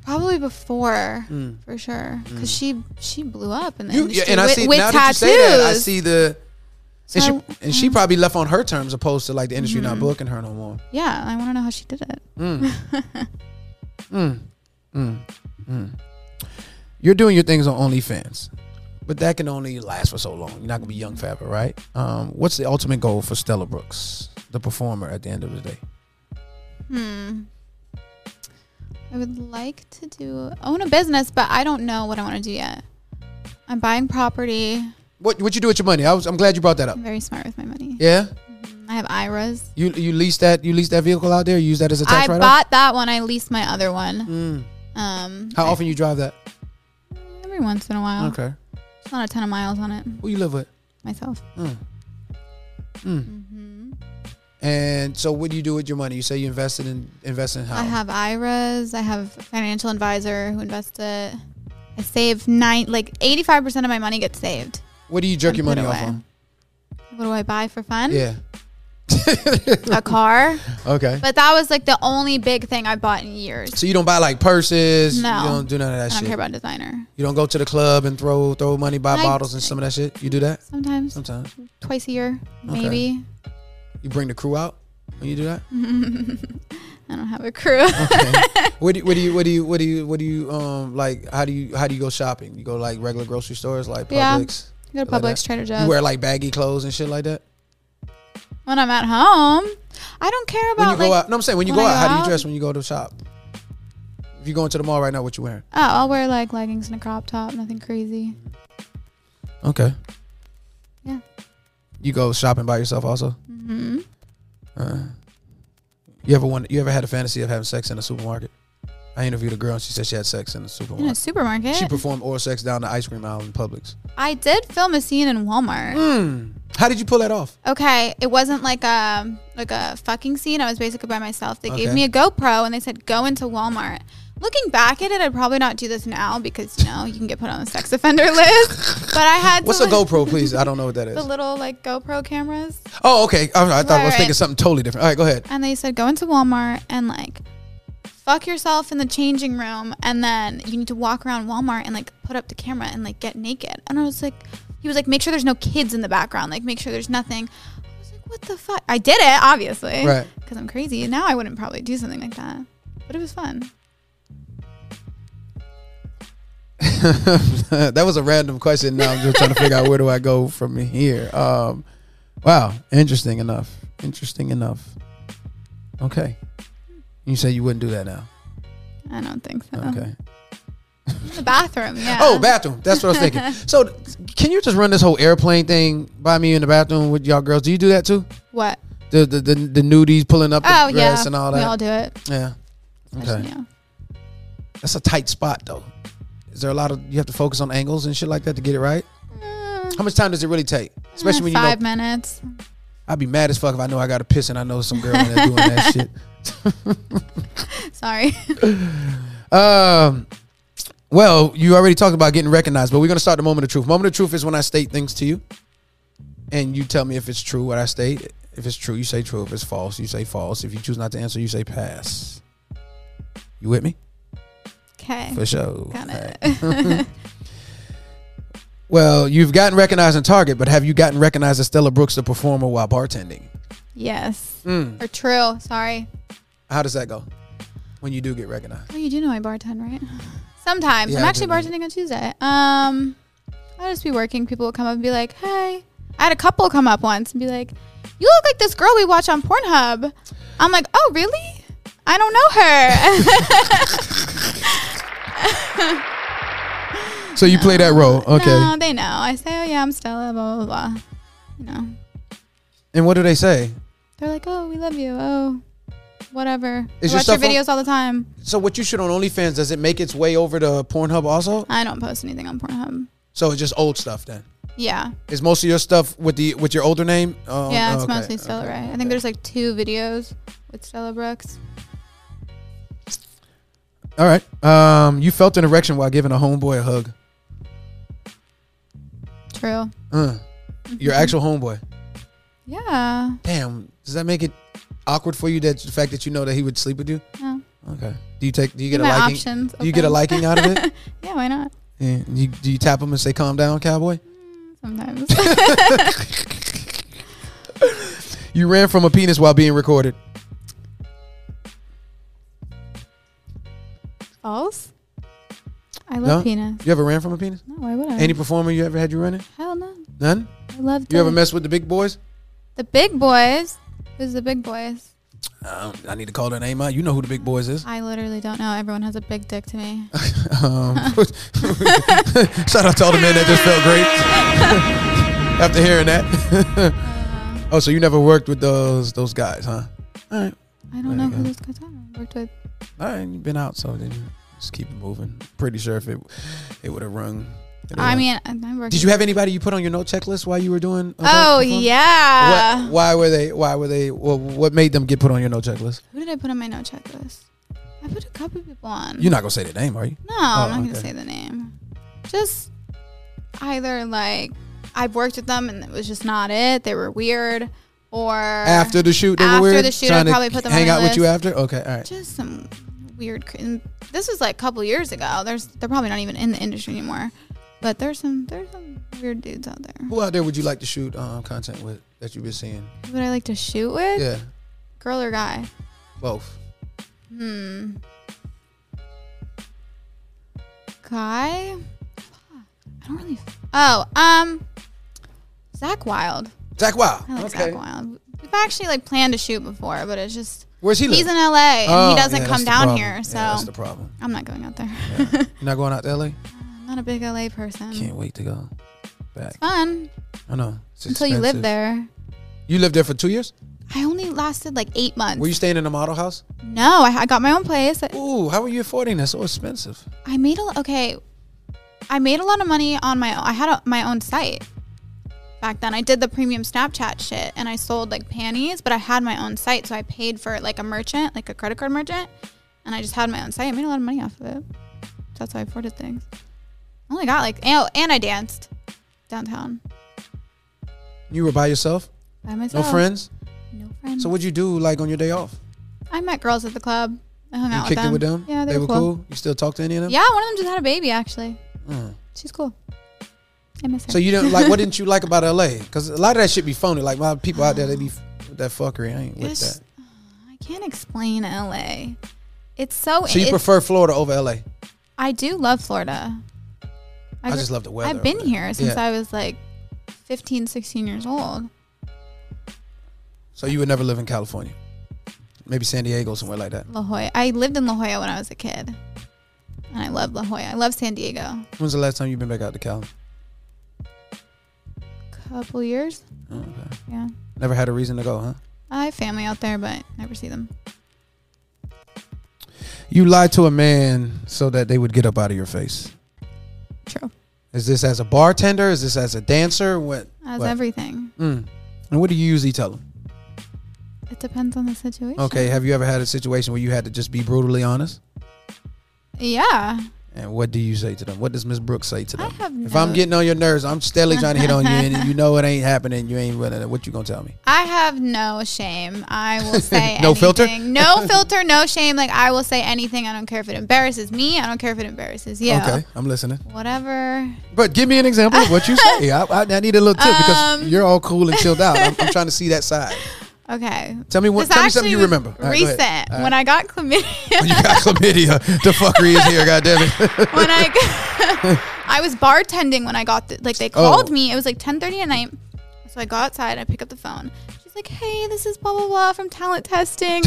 S3: probably before, for sure, because she she blew up in the
S2: Mm. You, yeah,
S3: industry
S2: and I
S3: with,
S2: see
S3: with
S2: now
S3: tattoos.
S2: that you say that, I see the
S3: So
S2: and she,
S3: I-
S2: and she probably left on her terms, opposed to like the industry
S3: Mm-hmm.
S2: not booking her no more.
S3: yeah, I want to know how she did it.
S2: You're doing your things on OnlyFans, but that can only last for so long. You're not gonna be young forever, right? Um, what's the ultimate goal for Stella Brooks, the performer, at the end of the day?
S3: I would like to do own a business, but I don't know what I want to do yet. I'm buying property.
S2: What what you do with your money? I was I'm glad you brought that up.
S3: I'm very smart with my money.
S2: Yeah,
S3: I have IRAs.
S2: you you lease that you lease that vehicle out there. You use that as a
S3: I
S2: tax Mm. write off.
S3: bought that one. I leased my other one. Um,
S2: How often you drive that?
S3: every once in a while.
S2: Okay,
S3: It's not a ton of miles on it
S2: who you live with?
S3: myself.
S2: And so, what do you do with your money? You say you invested in invest in how?
S3: I have IRAs. I have a financial advisor who invests it. I save nine, like eighty-five percent of my money gets saved.
S2: what do you jerk
S3: and
S2: your
S3: put
S2: money off
S3: away.
S2: on?
S3: What do I buy for fun?
S2: Yeah.
S3: A car.
S2: Okay.
S3: But that was like the only big thing I bought in years.
S2: So you don't buy like purses.
S3: No.
S2: You don't do none of that
S3: I don't
S2: shit.
S3: care about designer.
S2: you don't go to the club and throw throw money, buy
S3: I-
S2: bottles and some of that shit. You do that
S3: Sometimes,
S2: sometimes.
S3: twice a year, maybe. Mm-hmm.
S2: You bring the crew out when you do that.
S3: I don't have a crew.
S2: What do, you- what do you what do you what do you what do you um like? How do you how do you go shopping? You go like regular grocery stores like
S3: Yeah.
S2: Publix.
S3: Go to
S2: like
S3: Publix,
S2: that?
S3: Trader
S2: You
S3: Joe's.
S2: wear like baggy clothes and shit like that.
S3: when I'm at home, I don't care
S2: When
S3: about
S2: you go
S3: like.
S2: out, no, I'm saying when you
S3: when
S2: go
S3: I
S2: out,
S3: go
S2: how do you
S3: out?
S2: dress when you go to shop? If you're going to the mall right now, what you wearing?
S3: Oh, I'll wear like leggings and a crop top. Nothing crazy.
S2: Okay.
S3: Yeah.
S2: You go shopping by yourself also. Mm-hmm. Uh, you ever won? You ever had a fantasy of having sex in a supermarket? I interviewed a girl and she said she had sex in a
S3: In a
S2: supermarket.
S3: supermarket.
S2: She performed oral sex down the ice cream aisle in Publix.
S3: I did film a scene in Walmart.
S2: How did you pull that off?
S3: Okay, it wasn't like a like a fucking scene. I was basically by myself. They
S2: Okay.
S3: gave me a GoPro and they said go into Walmart. Looking back at it, I'd probably not do this now because you know you can get put on the sex offender list. But I had
S2: What's
S3: to
S2: a GoPro, please? I don't know what that is.
S3: The little like GoPro cameras,
S2: Oh, okay. All right, I thought I
S3: Right,
S2: was
S3: right.
S2: thinking something totally different. All right, go ahead.
S3: and they said go into Walmart and like fuck yourself in the changing room, and then you need to walk around Walmart and like put up the camera and like get naked. And I was like, he was like, make sure there's no kids in the background, like make sure there's nothing. I was like, what the fuck? I did it, obviously,
S2: Right.
S3: Because I'm crazy. Now I wouldn't probably do something like that, but it was fun.
S2: that was a random question. Now I'm just trying to figure out where do I go from here. Um, wow, interesting enough. Interesting enough. Okay. You say you wouldn't do that now.
S3: I don't think so.
S2: Okay.
S3: In the bathroom, Oh. yeah.
S2: Oh, bathroom. That's what I was thinking. So, can you just run this whole airplane thing by me in the bathroom with y'all girls? Do you do that too?
S3: what?
S2: The the the, the nudies pulling up the
S3: Oh yeah,
S2: dress and all that.
S3: we all do it.
S2: yeah.
S3: Especially
S2: Okay.
S3: now.
S2: That's a tight spot though. Is there a lot of you have to focus on angles and shit like that to get it right?
S3: Mm, Uh,
S2: How much time does it really take? Especially when you know
S3: five minutes.
S2: I'd be mad as fuck if I know I got to piss and I know some girl in there doing that shit.
S3: Sorry.
S2: Um, well, you already talked about getting recognized, but we're gonna start the moment of truth. Moment of truth is when I state things to you, and you tell me if it's true what I state. If it's true, you say true. If it's false, you say false. If you choose not to answer, you say pass. You with me?
S3: Okay.
S2: For sure.
S3: Got it.
S2: Well, you've gotten recognized in Target, but have you gotten recognized as Stella Brooks, the performer, while bartending?
S3: Yes.
S2: Hmm.
S3: Or true. Sorry.
S2: How does that go? When you do get recognized,
S3: Oh, you do know I bartend, right? Sometimes.
S2: Yeah,
S3: I'm
S2: I
S3: actually
S2: do know.
S3: bartending on Tuesday. Um, I'll just be working. People will come up and be like, hey. I had a couple come up once and be like, you look like this girl we watch on Pornhub. I'm like, oh, really? I don't know her.
S2: so you play that role, okay?
S3: no, uh, they know. I say, oh, yeah, I'm Stella, blah, blah, blah. You know,
S2: And what do they say?
S3: they're like, oh, we love you. Oh, whatever.
S2: Is your
S3: I watch your
S2: stuff on-
S3: videos all the time.
S2: So what you shoot on OnlyFans does it make its way over to Pornhub also?
S3: I don't post anything on Pornhub.
S2: So it's just old stuff then.
S3: Yeah.
S2: Is most of your stuff with the with your older name? Oh,
S3: Yeah,
S2: oh,
S3: it's
S2: okay,
S3: mostly Stella
S2: okay,
S3: Ray. I
S2: okay.
S3: think there's like two videos with Stella Brooks.
S2: All right. Um, you felt an erection while giving a homeboy a hug.
S3: True.
S2: Uh, Your actual homeboy.
S3: Yeah.
S2: Damn. Does that make it awkward for you that the fact that you know that he would sleep with you?
S3: No.
S2: Okay. Do you take? Do you get
S3: My
S2: a liking?
S3: options.
S2: Do you get a
S3: open.
S2: liking out of it?
S3: Yeah, why not?
S2: Yeah. You, do you tap him and say, "Calm down, cowboy"?
S3: Sometimes.
S2: You ran from a penis while being recorded.
S3: False. I
S2: No.
S3: love penis.
S2: You ever ran from a penis?
S3: No, why would I?
S2: Any performer you ever had you running?
S3: Hell no.
S2: None.
S3: I love
S2: You ever mess with the big boys?
S3: the big boys. Who's the big boys?
S2: Um, I need to call their name out. You know who the big boys is.
S3: I literally don't know. Everyone has a big dick to me.
S2: Um, shout out to all the men that just felt great after hearing that.
S3: Uh-huh.
S2: oh, so you never worked with those those guys, huh? All right,
S3: I don't
S2: There
S3: know
S2: you
S3: who
S2: go.
S3: those guys are. I worked with.
S2: all right. You've been out, so then you just keep it moving. Pretty sure if it it would have rung. it'd have
S3: I
S2: rung.
S3: mean, I I worked.
S2: did you have anybody you put on your note checklist while you were doing? adult
S3: Oh
S2: performance?
S3: yeah.
S2: What, why were they? Why were they? Well, what made them get put on your note checklist?
S3: Who did I put on my no checklist? I put a couple people on.
S2: You're not gonna say the name, are you?
S3: No, I'm not
S2: Oh, okay.
S3: gonna say the name. Just either like I've worked with them and it was just not it. They were weird, or
S2: After the shoot, they were
S3: After
S2: weird,
S3: the shoot, I
S2: trying to
S3: probably put them on
S2: hang
S3: the
S2: out with you
S3: list.
S2: after. Okay, all right.
S3: just some weird. cr- and This was like a couple years ago. There's they're probably not even in the industry anymore. But there's some there's some weird dudes out there.
S2: Who out there would you like to shoot um, content with that you've been seeing?
S3: Who would I like to shoot with?
S2: Yeah,
S3: Girl or guy?
S2: both.
S3: Guy? I don't really. Oh, um, Zach Wild.
S2: Zach Wild.
S3: I like Zach Wild. We've actually like planned to shoot before, but it's just
S2: Where's he live?
S3: he's in LA and
S2: Oh,
S3: he doesn't
S2: yeah, that's
S3: come
S2: the
S3: down
S2: problem.
S3: here,
S2: Yeah,
S3: so
S2: that's the problem.
S3: I'm not going out there.
S2: You're not going out to LA?
S3: Mm. I'm not a big LA person.
S2: Can't wait to go back.
S3: Fun
S2: I know. it's
S3: until you live
S2: expensive.
S3: there.
S2: You lived there for two years?
S3: I only lasted like eight months.
S2: Were you staying in a model house?
S3: no, I, I got my own place. I,
S2: Ooh, how are you affording that? So expensive.
S3: I made a okay. I made a lot of money on my. I had a, my own site back then. I did the premium Snapchat shit, and I sold like panties, but I had my own site, so I paid for it like a merchant, like a credit card merchant, and I just had my own site. I made a lot of money off of it. That's how I afforded things. I only got like and, and I danced downtown
S2: You were by yourself?
S3: by
S2: No
S3: myself.
S2: friends?
S3: No friends.
S2: So what'd you do like on your day off?
S3: I met girls at the club. I hung
S2: You
S3: out
S2: kicked
S3: with them.
S2: it with them?
S3: Yeah, they,
S2: were cool. You still talk to any of them?
S3: Yeah, one of them just had a baby actually. She's cool. I miss her.
S2: So you didn't like what didn't you like about LA? Because a lot of that shit be phony. Like my people out there, they be f- with that fuckery. I ain't with
S3: It's-
S2: that.
S3: I can't explain LA. It's so.
S2: So you
S3: it's-
S2: prefer Florida over LA?
S3: I do love Florida.
S2: I
S3: gr-
S2: just love the weather
S3: I've been
S2: over there.
S3: here since
S2: Yeah.
S3: I was like 15, 16 years old.
S2: So you would never live in California? Maybe San Diego, somewhere like that.
S3: La Jolla. I lived in La Jolla when I was a kid, and I love La Jolla. I love San Diego.
S2: When's the last time you've been back out to Cali?
S3: Couple years.
S2: Oh, okay.
S3: Yeah,
S2: Never had a reason to go, huh?
S3: I have family out there, but never see them.
S2: You lied to a man so that they would get up out of your face.
S3: True.
S2: Is this as a bartender? Is this as a dancer? What?
S3: As
S2: what?
S3: everything,
S2: Mm. And what do you usually tell them?
S3: it depends on the situation.
S2: Okay, have you ever had a situation where you had to just be brutally honest?
S3: Yeah.
S2: And what do you say to them? What does Miss Brooks say to
S3: I
S2: them?
S3: have
S2: if
S3: no-
S2: I'm getting on your nerves, I'm steadily trying to hit on you, and you know it ain't happening. You ain't willing. to- What you gonna tell me?
S3: I have no shame. I will say
S2: No filter?
S3: anything. No filter, no shame. Like I will say anything. I don't care if it embarrasses me. I don't care if it embarrasses you.
S2: Okay, I'm listening.
S3: Whatever.
S2: But give me an example of what you say. I, I, I need a little tip because
S3: Um,
S2: you're all cool and chilled out. I'm, I'm trying to see that side.
S3: Okay.
S2: Tell me what.
S3: This
S2: Tell me something
S3: actually
S2: you
S3: was
S2: remember. All right, go
S3: recent
S2: ahead. All
S3: when
S2: right.
S3: I got chlamydia.
S2: you got chlamydia. The fuckery is here. God damn it.
S3: when I got- I was bartending when I got the, like they
S2: Oh.
S3: called me. It was like 10:30 at night. So I go outside. I pick up the phone. She's like, "Hey, this is blah blah blah from talent testing."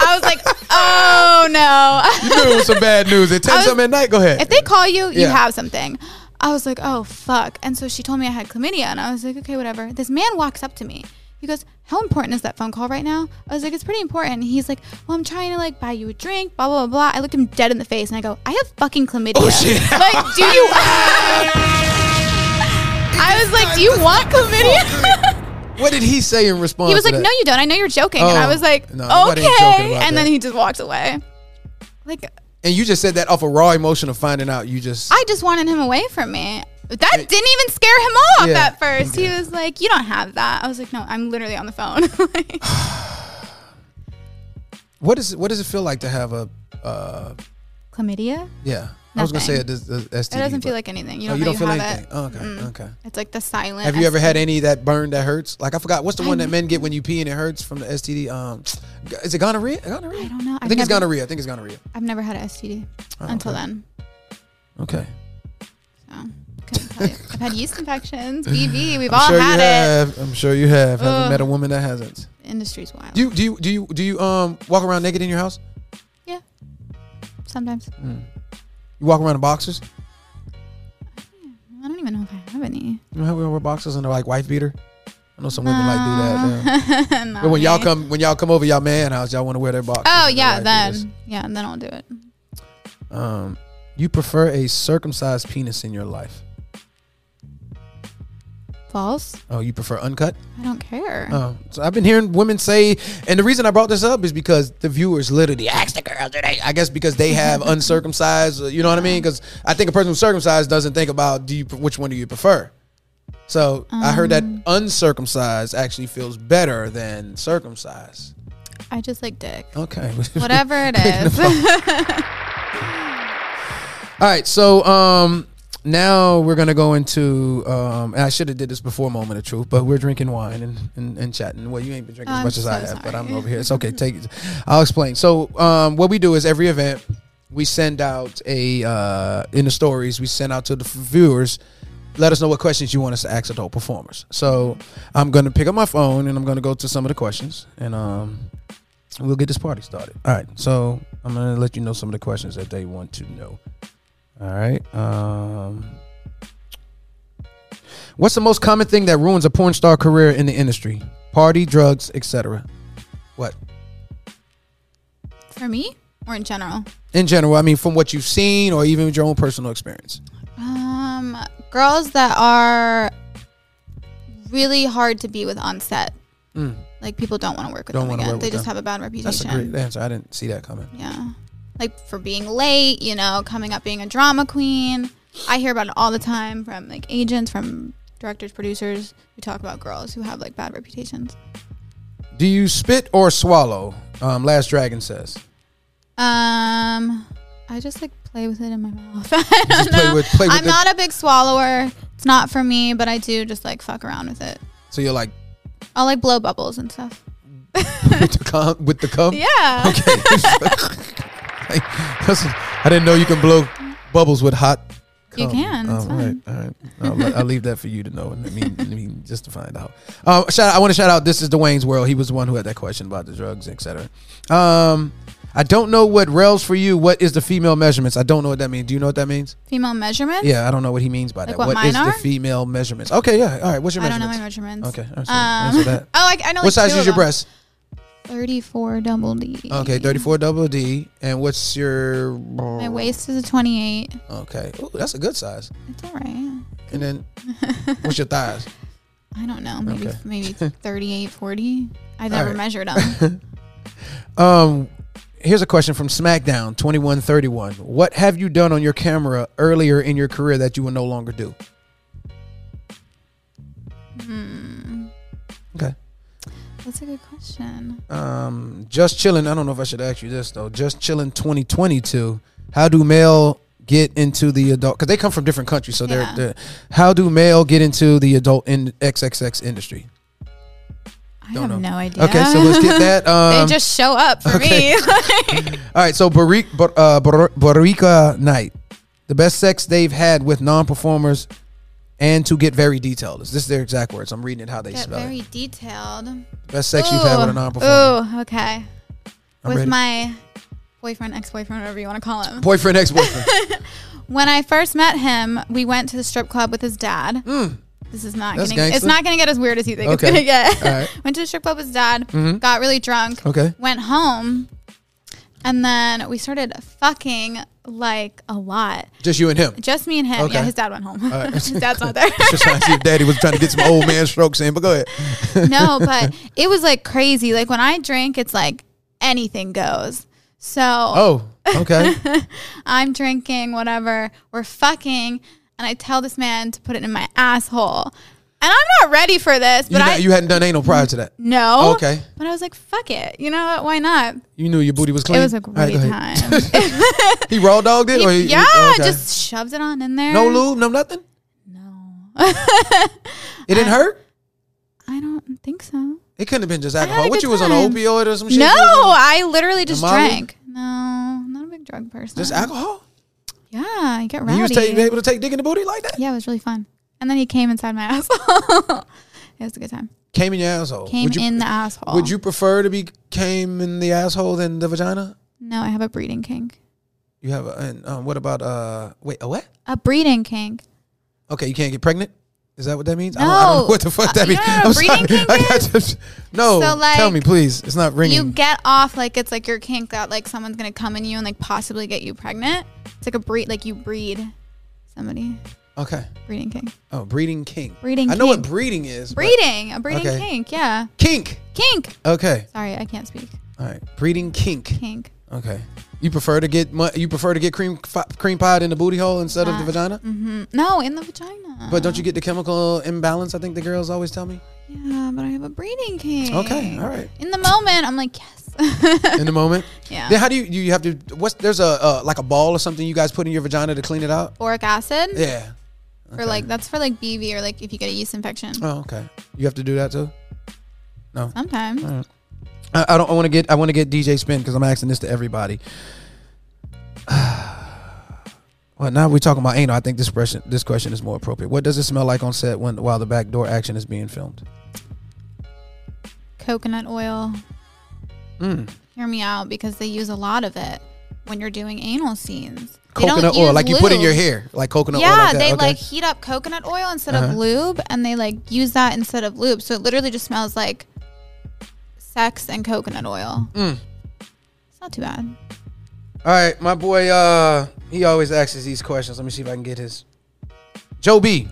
S3: I was like, "Oh no."
S2: You knew it was some bad news. At ten
S3: was-
S2: something at night. Go ahead.
S3: if they call you, you
S2: Yeah.
S3: have something. I was like, oh fuck. And so she told me I had chlamydia, and I was like, okay, whatever. This man walks up to me. He goes, how important is that phone call right now? I was like, it's pretty important. And he's like, well, I'm trying to like buy you a drink, blah blah blah. I looked him dead in the face, and I go, I have fucking chlamydia.
S2: Oh, shit.
S3: Like, do you? I was like, do you want chlamydia?
S2: what did he say in response?
S3: he was
S2: to
S3: like,
S2: that?
S3: no, you don't. I know you're joking. and
S2: Oh,
S3: I was like,
S2: no, nobody ain't joking
S3: okay.
S2: about
S3: And then
S2: that.
S3: he just walked away. Like,
S2: And you just said that off a raw emotion of finding out. You just.
S3: I just wanted him away from me. That didn't even scare him off
S2: Yeah.
S3: at first. He was like, "You don't have that." I was like, "No, I'm literally on the phone." Like,
S2: what does what does it feel like to have a? Uh,
S3: Chlamydia?
S2: yeah. I was gonna say a,
S3: Nothing.
S2: dis- a STD.
S3: It doesn't feel
S2: but-
S3: like anything.
S2: Oh,
S3: You don't,
S2: you
S3: know
S2: don't feel
S3: you have
S2: anything.
S3: it.
S2: Oh, okay.
S3: Mm-mm.
S2: Okay.
S3: It's like the silent.
S2: Have you ever
S3: STD.
S2: had any that burn that hurts? Like I forgot. What's the one
S3: I-
S2: that men get when you pee and it hurts from the STD? Um, g- is it gonorrhea? Gonorrhea?
S3: I don't know.
S2: I
S3: I've
S2: think it's
S3: never-
S2: gonorrhea. I think it's gonorrhea.
S3: I've never had an STD until
S2: okay.
S3: then.
S2: Okay.
S3: So couldn't tell you. I've had yeast infections, BV. We've
S2: I'm
S3: all
S2: sure
S3: Oh, had
S2: you
S3: it.
S2: have. I'm sure you have. Haven't
S3: Ugh.
S2: met a woman that hasn't.
S3: Industry's wild.
S2: Do you do you do you do you um walk around naked in your house?
S3: yeah. Sometimes
S2: Mm. You walk around in boxers?
S3: I don't even know if I have any.
S2: You know how we wear boxers and they're like wife beater? I know some women like do that. yeah.
S3: Not
S2: But when y'all
S3: me.
S2: come when y'all come over y'all man house, y'all want to wear their boxers.
S3: Oh
S2: and their
S3: yeah,
S2: wife beaters.
S3: then yeah, and then I'll do it.
S2: Um, you prefer a circumcised penis in your life?
S3: False.
S2: Oh, you prefer uncut?
S3: I don't care.
S2: Oh, so I've been hearing women say, and the reason I brought this up is because the viewers literally asked the girls, do they- I guess because they have uncircumcised, uh, you know what I mean? Because I think a person who's circumcised doesn't think about do you, which one do you prefer. So I heard that uncircumcised actually feels better than circumcised.
S3: I just like dick.
S2: Okay.
S3: Whatever it is.
S2: All right. So, um, now we're gonna go into. Um, and I should have did this before Moment of Truth, but we're drinking wine and, and, and chatting. Well, you ain't been drinking as
S3: I'm
S2: much as
S3: so
S2: I have, but I'm
S3: sorry.
S2: over here. It's okay. Take it. I'll explain. So um, what we do is every event we send out a uh, in the stories we send out to the viewers. Let us know what questions you want us to ask adult performers. So I'm gonna pick up my phone and I'm gonna go to some of the questions and um, we'll get this party started. All right. So I'm gonna let you know some of the questions that they want to know. All right. Um, what's the most common thing that ruins a porn star career in the industry? Party, drugs, etc. What?
S3: For me or in general?
S2: In general, I mean, from what you've seen or even your own personal experience.
S3: Um, girls that are really hard to be with on set. Like people don't want to work with
S2: Mm. Don't
S3: them
S2: wanna
S3: again.
S2: work
S3: They
S2: with
S3: just
S2: them.
S3: have a bad reputation.
S2: That's a great answer. I didn't see that coming.
S3: Yeah. Like for being late, you know, coming up being a drama queen. I hear about it all the time from like agents, from directors, producers who talk about girls who have like bad reputations.
S2: Do you spit or swallow? Um, Last Dragon says.
S3: Um, I just like play with it in my mouth. I don't
S2: Just play
S3: know.
S2: with- play with
S3: I'm
S2: it.
S3: not a big swallower. It's not for me, but I do just like fuck around with it.
S2: So you're like
S3: I'll like blow bubbles and stuff.
S2: with the cum? With the cum?
S3: Yeah.
S2: Okay. Like, that's- I didn't know you can blow bubbles with hot.
S3: You
S2: cum.
S3: can, it's
S2: all right,
S3: fine.
S2: all right. I'll, let- I'll leave that for you to know, and I mean, I mean just to find out. Um, shout! I want to shout out. This is Dwayne's world. He was the one who had that question about the drugs, etc. Um, I don't know what rails for you. What is the female measurements? I don't know what that means. Do you know what that means?
S3: Female measurements.
S2: Yeah, I don't know what he means by that.
S3: what
S2: what
S3: mine
S2: is the
S3: are?
S2: female measurements? Okay, yeah. All right. What's your
S3: I don't know
S2: measurements?
S3: my measurements.
S2: Okay,
S3: Um,
S2: I'm sorry. Answer that.
S3: Oh, I, I know.
S2: what
S3: like
S2: size
S3: two
S2: is
S3: of
S2: your
S3: them.
S2: breast?
S3: Thirty-four double D.
S2: Okay, thirty-four double D. And what's your
S3: My waist is a twenty-eight.
S2: Okay, Ooh, that's a good size.
S3: It's all right.
S2: And then what's your thighs?
S3: I don't know. Maybe
S2: Okay.
S3: maybe 38, 40. I never
S2: right.
S3: measured them.
S2: Um, here's a question from SmackDown 2131. What have you done on your camera earlier in your career that you will no longer do?
S3: Hmm.
S2: Okay.
S3: That's a good question.
S2: Um, just chilling. I don't know if I should ask you this though. Just chilling 2022. How do male get into the adult? Because they come from different countries, so
S3: Yeah.
S2: they're, they're. How do male get into the adult in XXX industry?
S3: I have no idea.
S2: Okay, so let's get that. Um,
S3: they just show up for
S2: okay.
S3: me.
S2: All right, so Barik, Bar, uh, Bar, Barika Knight, the best sex they've had with non-performers, and to get very detailed. This is their exact words. I'm reading it how they
S3: Get
S2: spell
S3: very
S2: it.
S3: detailed.
S2: Best sex you've had with a non-performer.
S3: Ooh, okay.
S2: I'm
S3: With
S2: ready.
S3: my boyfriend, ex-boyfriend, whatever you want to call him.
S2: boyfriend, ex-boyfriend.
S3: when I first met him, we went to the strip club with his dad. This is not
S2: That's
S3: gonna,
S2: gangsta.
S3: it's not gonna get as weird as you think
S2: Okay.
S3: it's gonna get.
S2: All right. Mm-hmm.
S3: went to the strip club with his dad, got really drunk,
S2: Okay.
S3: went home, and then we started fucking like a lot.
S2: Just you and him.
S3: Just me and him.
S2: Okay.
S3: Yeah, his dad went home.
S2: right.
S3: his dad's not there.
S2: Just trying to see if Daddy was trying to get some old man strokes in, but go ahead.
S3: no, but it was like crazy. Like when I drink, it's like anything goes. So
S2: Oh, okay.
S3: I'm drinking, whatever. We're fucking, and I tell this man to put it in my asshole, and I'm not ready for this.
S2: You,
S3: But I
S2: not, you hadn't done anal prior to that.
S3: no.
S2: Okay.
S3: But I was like, fuck it. You know what? Why not?
S2: You knew your booty was clean.
S3: It was a
S2: All right,
S3: great
S2: go ahead.
S3: time.
S2: He raw dogged it, or he- he-
S3: yeah,
S2: okay.
S3: just shoved it on in there.
S2: no lube, no nothing.
S3: No,
S2: It didn't hurt.
S3: I don't think so.
S2: It couldn't have been just
S3: a
S2: alcohol. What
S3: good
S2: you was on
S3: time.
S2: opioid or some shit?
S3: No, I literally just
S2: Molly?
S3: drank. No, I'm not a big drug person.
S2: just alcohol.
S3: Yeah, I get
S2: You was
S3: rowdy.
S2: ta- able to take dick in the booty like that?
S3: yeah, it was really fun. And then he came inside my asshole. it was a good time.
S2: Came in your asshole.
S3: Came
S2: would you,
S3: in the asshole.
S2: Would you prefer to be came in the asshole than the vagina?
S3: No, I have a breeding kink.
S2: You have a, and um, what about uh wait a what?
S3: A breeding kink.
S2: Okay, you can't get pregnant. Is that what that means? I, don't, I don't know
S3: No.
S2: what the fuck
S3: Uh,
S2: that
S3: you
S2: means.
S3: don't know
S2: I'm
S3: what breeding
S2: sorry.
S3: kink
S2: I got to- no,
S3: So, like,
S2: tell me please. It's not ringing.
S3: You get off like it's like your kink that like someone's gonna come in you and like possibly get you pregnant. It's like a breed, like you breed somebody.
S2: okay.
S3: Breeding kink.
S2: Oh, breeding kink.
S3: Breeding
S2: I know what
S3: kink.
S2: breeding is. but-
S3: Breeding. A breeding
S2: Okay.
S3: kink. Yeah.
S2: Kink.
S3: Kink.
S2: Okay.
S3: Sorry, I can't speak.
S2: All right. Breeding kink.
S3: Kink.
S2: Okay. You prefer to get mu- you prefer to get cream fi- cream pie in the booty hole instead of the vagina?
S3: No, in the vagina.
S2: But don't you get the chemical imbalance? I think the girls always tell me.
S3: Yeah, but I have a breeding cage.
S2: Okay, all right.
S3: In the moment, I'm like, yes.
S2: in the moment.
S3: Yeah.
S2: Then how do you you have to? What's there's a uh, like a ball or something you guys put in your vagina to clean it out?
S3: Boric acid.
S2: Yeah.
S3: Or like that's for like BV or like if you get a yeast infection.
S2: Oh, okay. You have to do that too.
S3: Sometimes.
S2: I, I don't. I want to get. I want to get DJ spin because I'm asking this to everybody. Well, now we're talking about anal. I think this question this question is more appropriate. What does it smell like on set when while the back door action is being filmed?
S3: Coconut oil.
S2: Mm.
S3: Hear me out because they use a lot of it when you're doing anal scenes. They don't
S2: Coconut oil,
S3: use
S2: like you put in your
S3: lube.
S2: hair, like coconut
S3: Yeah,
S2: oil. Like that.
S3: they
S2: okay. Uh-huh.
S3: like heat up coconut oil instead of lube, and they like use that instead of lube. So it literally just smells like sex and coconut oil.
S2: Mm.
S3: It's not too bad.
S2: All right, my boy. Uh, he always asks us these questions. Let me see if I can get his. Joe B.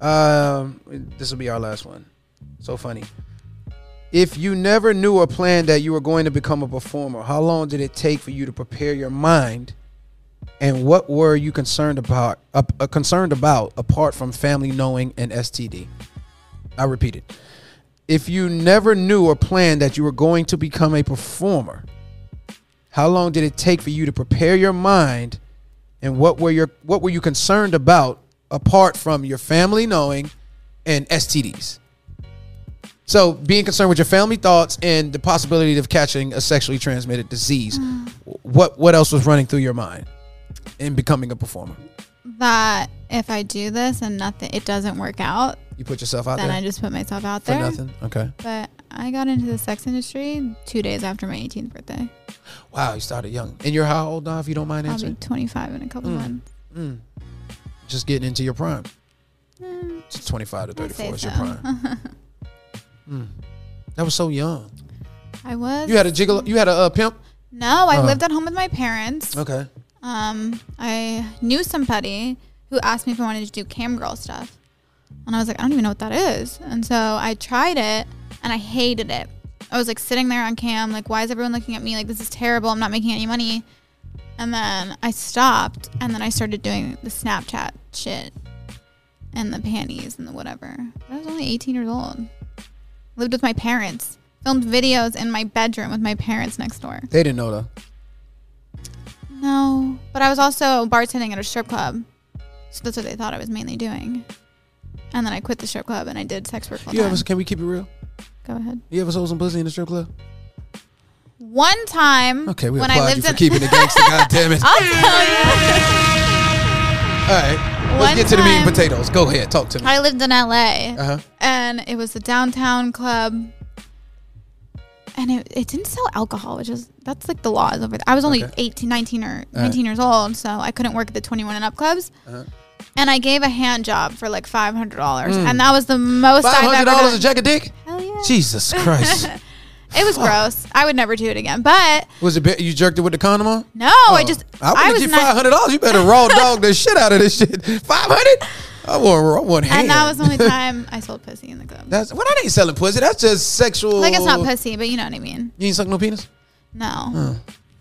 S2: Um, this will be our last one. So funny. If you never knew or planned that you were going to become a performer, how long did it take for you to prepare your mind? And what were you concerned about? Uh, uh, concerned about apart from family knowing and STD. I repeat it. If you never knew or planned that you were going to become a performer, how long did it take for you to prepare your mind, and what were your what were you concerned about apart from your family knowing and STDs? So being concerned with your family thoughts and the possibility of catching a sexually transmitted disease,
S3: Mm.
S2: what what else was running through your mind in becoming a performer?
S3: That if I do this and nothing, it doesn't work out,
S2: You put yourself out
S3: then
S2: there
S3: I just put myself out
S2: for
S3: there.
S2: nothing. Okay.
S3: But I got into the sex industry two days after my 18th birthday.
S2: Wow, you started young. And you're how old now, if you don't mind
S3: I'll be
S2: answering?
S3: 25 in a
S2: Mm.
S3: couple months.
S2: Just getting into your prime. It's 25 to
S3: I'd Mm. say
S2: 34 is your
S3: so.
S2: prime. Mm. That was so young.
S3: I was.
S2: You had a jiggle. You had a uh, pimp.
S3: no, I
S2: Uh-huh.
S3: lived at home with my parents.
S2: Okay.
S3: Um, I knew somebody who asked me if I wanted to do cam girl stuff. And I was like, I don't even know what that is. And so I tried it and I hated it. I was like sitting there on cam, like, why is everyone looking at me? Like, this is terrible. I'm not making any money. And then I stopped and then I started doing the Snapchat shit and the panties and the whatever. But I was only 18 years old. Lived with my parents. Filmed videos in my bedroom with my parents next door.
S2: They didn't know though.
S3: No, but I was also bartending at a strip club, so that's what they thought I was mainly doing. And then I quit the strip club and I did sex work. Full
S2: You
S3: time.
S2: ever? Can we keep it real?
S3: Go ahead.
S2: You ever sold some pussy in the strip club?
S3: One time,
S2: Okay, we
S3: when I
S2: applaud
S3: lived
S2: you for
S3: in,
S2: keeping it gangster. God damn it! All
S3: I'll tell you,
S2: right,
S3: One
S2: let's get to the meat and
S3: time-
S2: potatoes. Go ahead, talk to me.
S3: I lived in LA,
S2: Uh huh.
S3: and it was a downtown club, and it, it didn't sell alcohol, which is that's like the laws over there. I was only
S2: Okay.
S3: eighteen, nineteen 18, 19 or 19 years old, so I couldn't work at the 21 and up clubs.
S2: Uh-huh.
S3: And I gave a hand job for like five hundred dollars, and that was the most
S2: Hmm. Five
S3: I've
S2: hundred
S3: ever
S2: dollars
S3: done.
S2: a jack of dick.
S3: Hell yeah.
S2: Jesus Christ!
S3: It was gross. I would never do it again. But
S2: was it bit- you jerked it with the condom on?
S3: no, I just
S2: Oh, I
S3: I,
S2: want to
S3: was
S2: get
S3: not.
S2: five hundred dollars. You better raw dog the shit out of this shit. Five hundred. I want. I want hand.
S3: And that was the only time I sold pussy in the club.
S2: That's well, that ain't selling pussy. That's just sexual.
S3: like it's not pussy, but you know what I mean.
S2: You ain't suck no penis.
S3: No,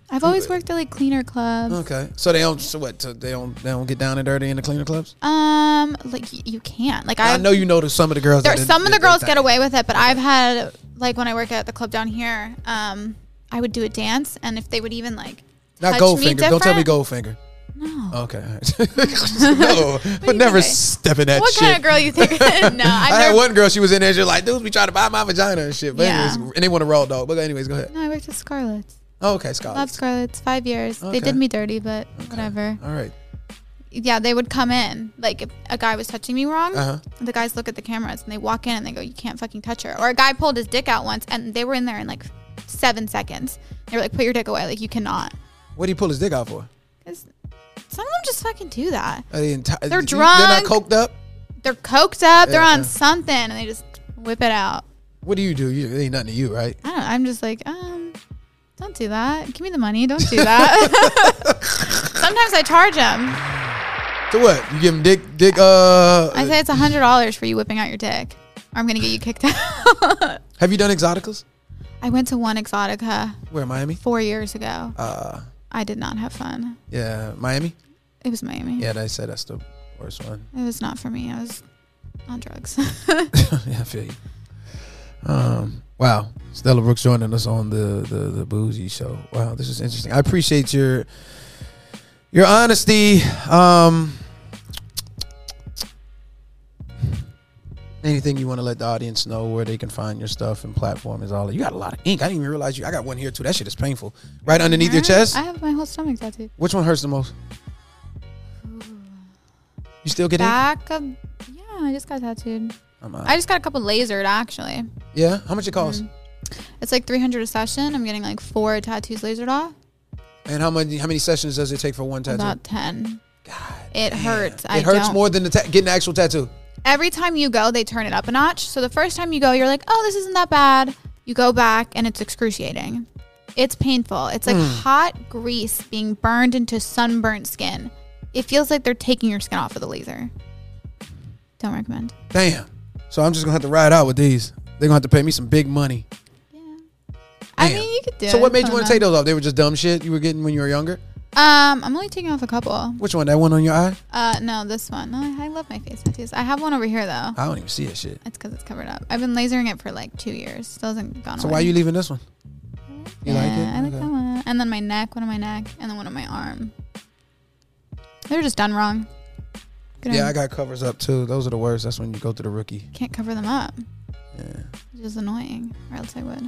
S3: I've always worked at like cleaner clubs.
S2: Okay, so they don't. So what? So they don't. They don't get down and dirty in the cleaner clubs.
S3: Um, like y- you can't. Like I,
S2: I know you know that some of the girls.
S3: There,
S2: that-
S3: some of the
S2: that-
S3: girls
S2: that-
S3: get away with it, but I've had like when I work at the club down here, um, I would do a dance, and if they would even like
S2: Not
S3: touch me
S2: Goldfinger. Don't tell me
S3: different-
S2: Goldfinger.
S3: No.
S2: Okay. all right. no, but never
S3: okay.
S2: stepping that
S3: What
S2: shit.
S3: kind of girl you think? no, I've
S2: I had
S3: never-
S2: one girl. She was in there. She was like, "Dudes be trying to buy my vagina and shit." But
S3: Yeah.
S2: anyways, and they want a raw dog. But anyways, go ahead.
S3: No, I worked at Scarlett's.
S2: Oh, okay, Scott.
S3: Love Scarlett's. Five years.
S2: Okay.
S3: They did me dirty, but whatever.
S2: All right.
S3: yeah, they would come in. Like if a guy was touching me wrong,
S2: Uh-huh.
S3: the guys look at the cameras and they walk in and they go, "You can't fucking touch her." Or a guy pulled his dick out once and they were in there in like seven seconds. They were like, "Put your dick away, like you cannot."
S2: What did he pull his dick out for?
S3: Because some of them just fucking do that.
S2: Are they enti-
S3: They're
S2: you- They're not
S3: drunk.
S2: coked up.
S3: They're coked up. They're
S2: Yeah,
S3: on
S2: yeah.
S3: something and they just whip it out.
S2: What do you do? You, it ain't nothing to you, right?
S3: I don't. know. I'm just like, um, don't do that. Give me the money. Don't do that. Sometimes I charge them.
S2: So what? You give him dick, dick. Uh,
S3: I say it's a hundred dollars for you whipping out your dick, or I'm gonna get you kicked out.
S2: have you done exoticals?
S3: I went to one Exotica
S2: Where Miami?
S3: four years ago.
S2: Uh,
S3: I did not have fun.
S2: yeah, Miami.
S3: It was Miami.
S2: Yeah, they said that's the worst one.
S3: It was not for me. I was on drugs.
S2: yeah, I feel you. Um, wow, Stella Brooks joining us on the, the the boozy show. Wow, this is interesting. I appreciate your your honesty. Um, anything you want to let the audience know where they can find your stuff and platform is all. You got a lot of ink. I didn't even realize you. I got one here too. That shit is painful. Right underneath your chest.
S3: I have my whole stomach tattooed.
S2: Which one hurts the most? You still get ink?
S3: Back of yeah, I just got tattooed.
S2: I'm out.
S3: I just got a couple lasered actually.
S2: yeah. How much it costs?
S3: Mm-hmm. It's like three hundred a session. I'm getting like four tattoos lasered off.
S2: And how many how many sessions does it take for one tattoo?
S3: About ten. God, it hurts. I
S2: it hurts
S3: don't-
S2: more than the ta- getting the actual tattoo.
S3: Every time you go, they turn it up a notch. So the first time you go, you're like, "Oh, this isn't that bad." You go back, and it's excruciating. It's painful. It's like
S2: Mm.
S3: hot grease being burned into sunburnt skin. It feels like they're taking your skin off with a laser. Don't recommend.
S2: Damn. So I'm just gonna have to ride out with these. They're gonna have to pay me some big money.
S3: I
S2: Damn.
S3: mean, you could do.
S2: So
S3: it.
S2: what made
S3: It's
S2: you want
S3: not
S2: to take
S3: bad.
S2: those off? They were just dumb shit you were getting when you were younger.
S3: Um, I'm only taking off a couple.
S2: Which one? That one on your eye?
S3: Uh, no, this one. No, I, I love my face tattoos. I have one over here though.
S2: I don't even see that shit.
S3: It's because it's covered up. I've been lasering it for like two years. Still hasn't gone
S2: So
S3: away.
S2: why are you leaving this one? You
S3: yeah,
S2: like it?
S3: I like
S2: Okay.
S3: that one. And then my neck, one on my neck, and then one on my arm. They're just done wrong. Good
S2: Yeah,
S3: on-
S2: I got covers up too. Those are the worst. That's when you go to the rookie.
S3: Can't cover them up. Yeah. It's just annoying, or else I would.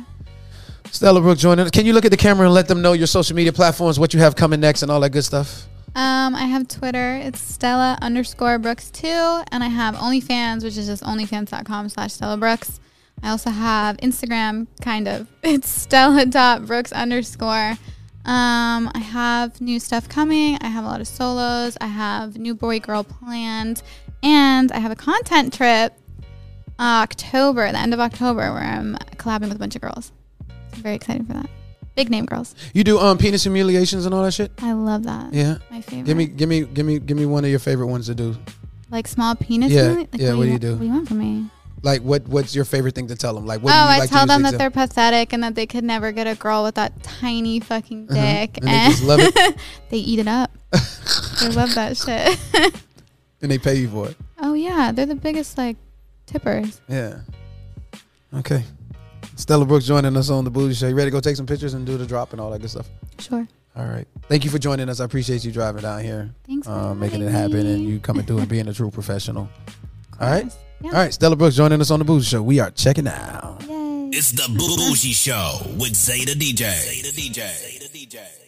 S2: Stella Brooke joining us. Can you look at the camera and let them know your social media platforms, what you have coming next, and all that good stuff?
S3: Um, I have Twitter. It's Stella underscore Brooks two, and I have OnlyFans, which is just OnlyFans.com slash Stella Brooks. I also have Instagram, kind of. It's Stella dot Brooks underscore. Um, I have new stuff coming. I have a lot of solos. I have new boy girl planned, and I have a content trip October, the end of October, where I'm collabing with a bunch of girls. I'm very excited for that. Big name girls.
S2: You do um penis humiliations and all that shit.
S3: I love that.
S2: Yeah.
S3: My favorite.
S2: Give me, give me, give me, give me one of your favorite ones to do.
S3: like small penis.
S2: Yeah,
S3: really? Like,
S2: yeah, what do you
S3: want-
S2: do?
S3: What do you want from me?
S2: Like, what, what's your favorite thing to tell them? Like, what
S3: oh,
S2: do you
S3: I
S2: like to
S3: tell
S2: use
S3: them
S2: the
S3: that they're pathetic and that they could never get a girl with that tiny fucking dick,
S2: Uh-huh. And they just love it,
S3: they eat it up. they love that shit.
S2: and they pay you for it.
S3: oh yeah, they're the biggest like tippers.
S2: Yeah. Okay. Stella Brooks joining us on the Boozy Show. You ready to go take some pictures and do the drop and all that good stuff?
S3: Sure.
S2: All right. Thank you for joining us. I appreciate you driving down here,
S3: Thanks.
S2: uh,
S3: for
S2: making it
S3: having
S2: happen,
S3: me.
S2: and you coming through and being a true professional.
S3: Of
S2: All right.
S3: course. Yeah.
S2: All right. Stella Brooks joining us on the Boozy Show. We are checking out.
S3: Yay.
S5: It's the Bougie Show with Zeta DJ. Zeta DJ. Zeta DJ.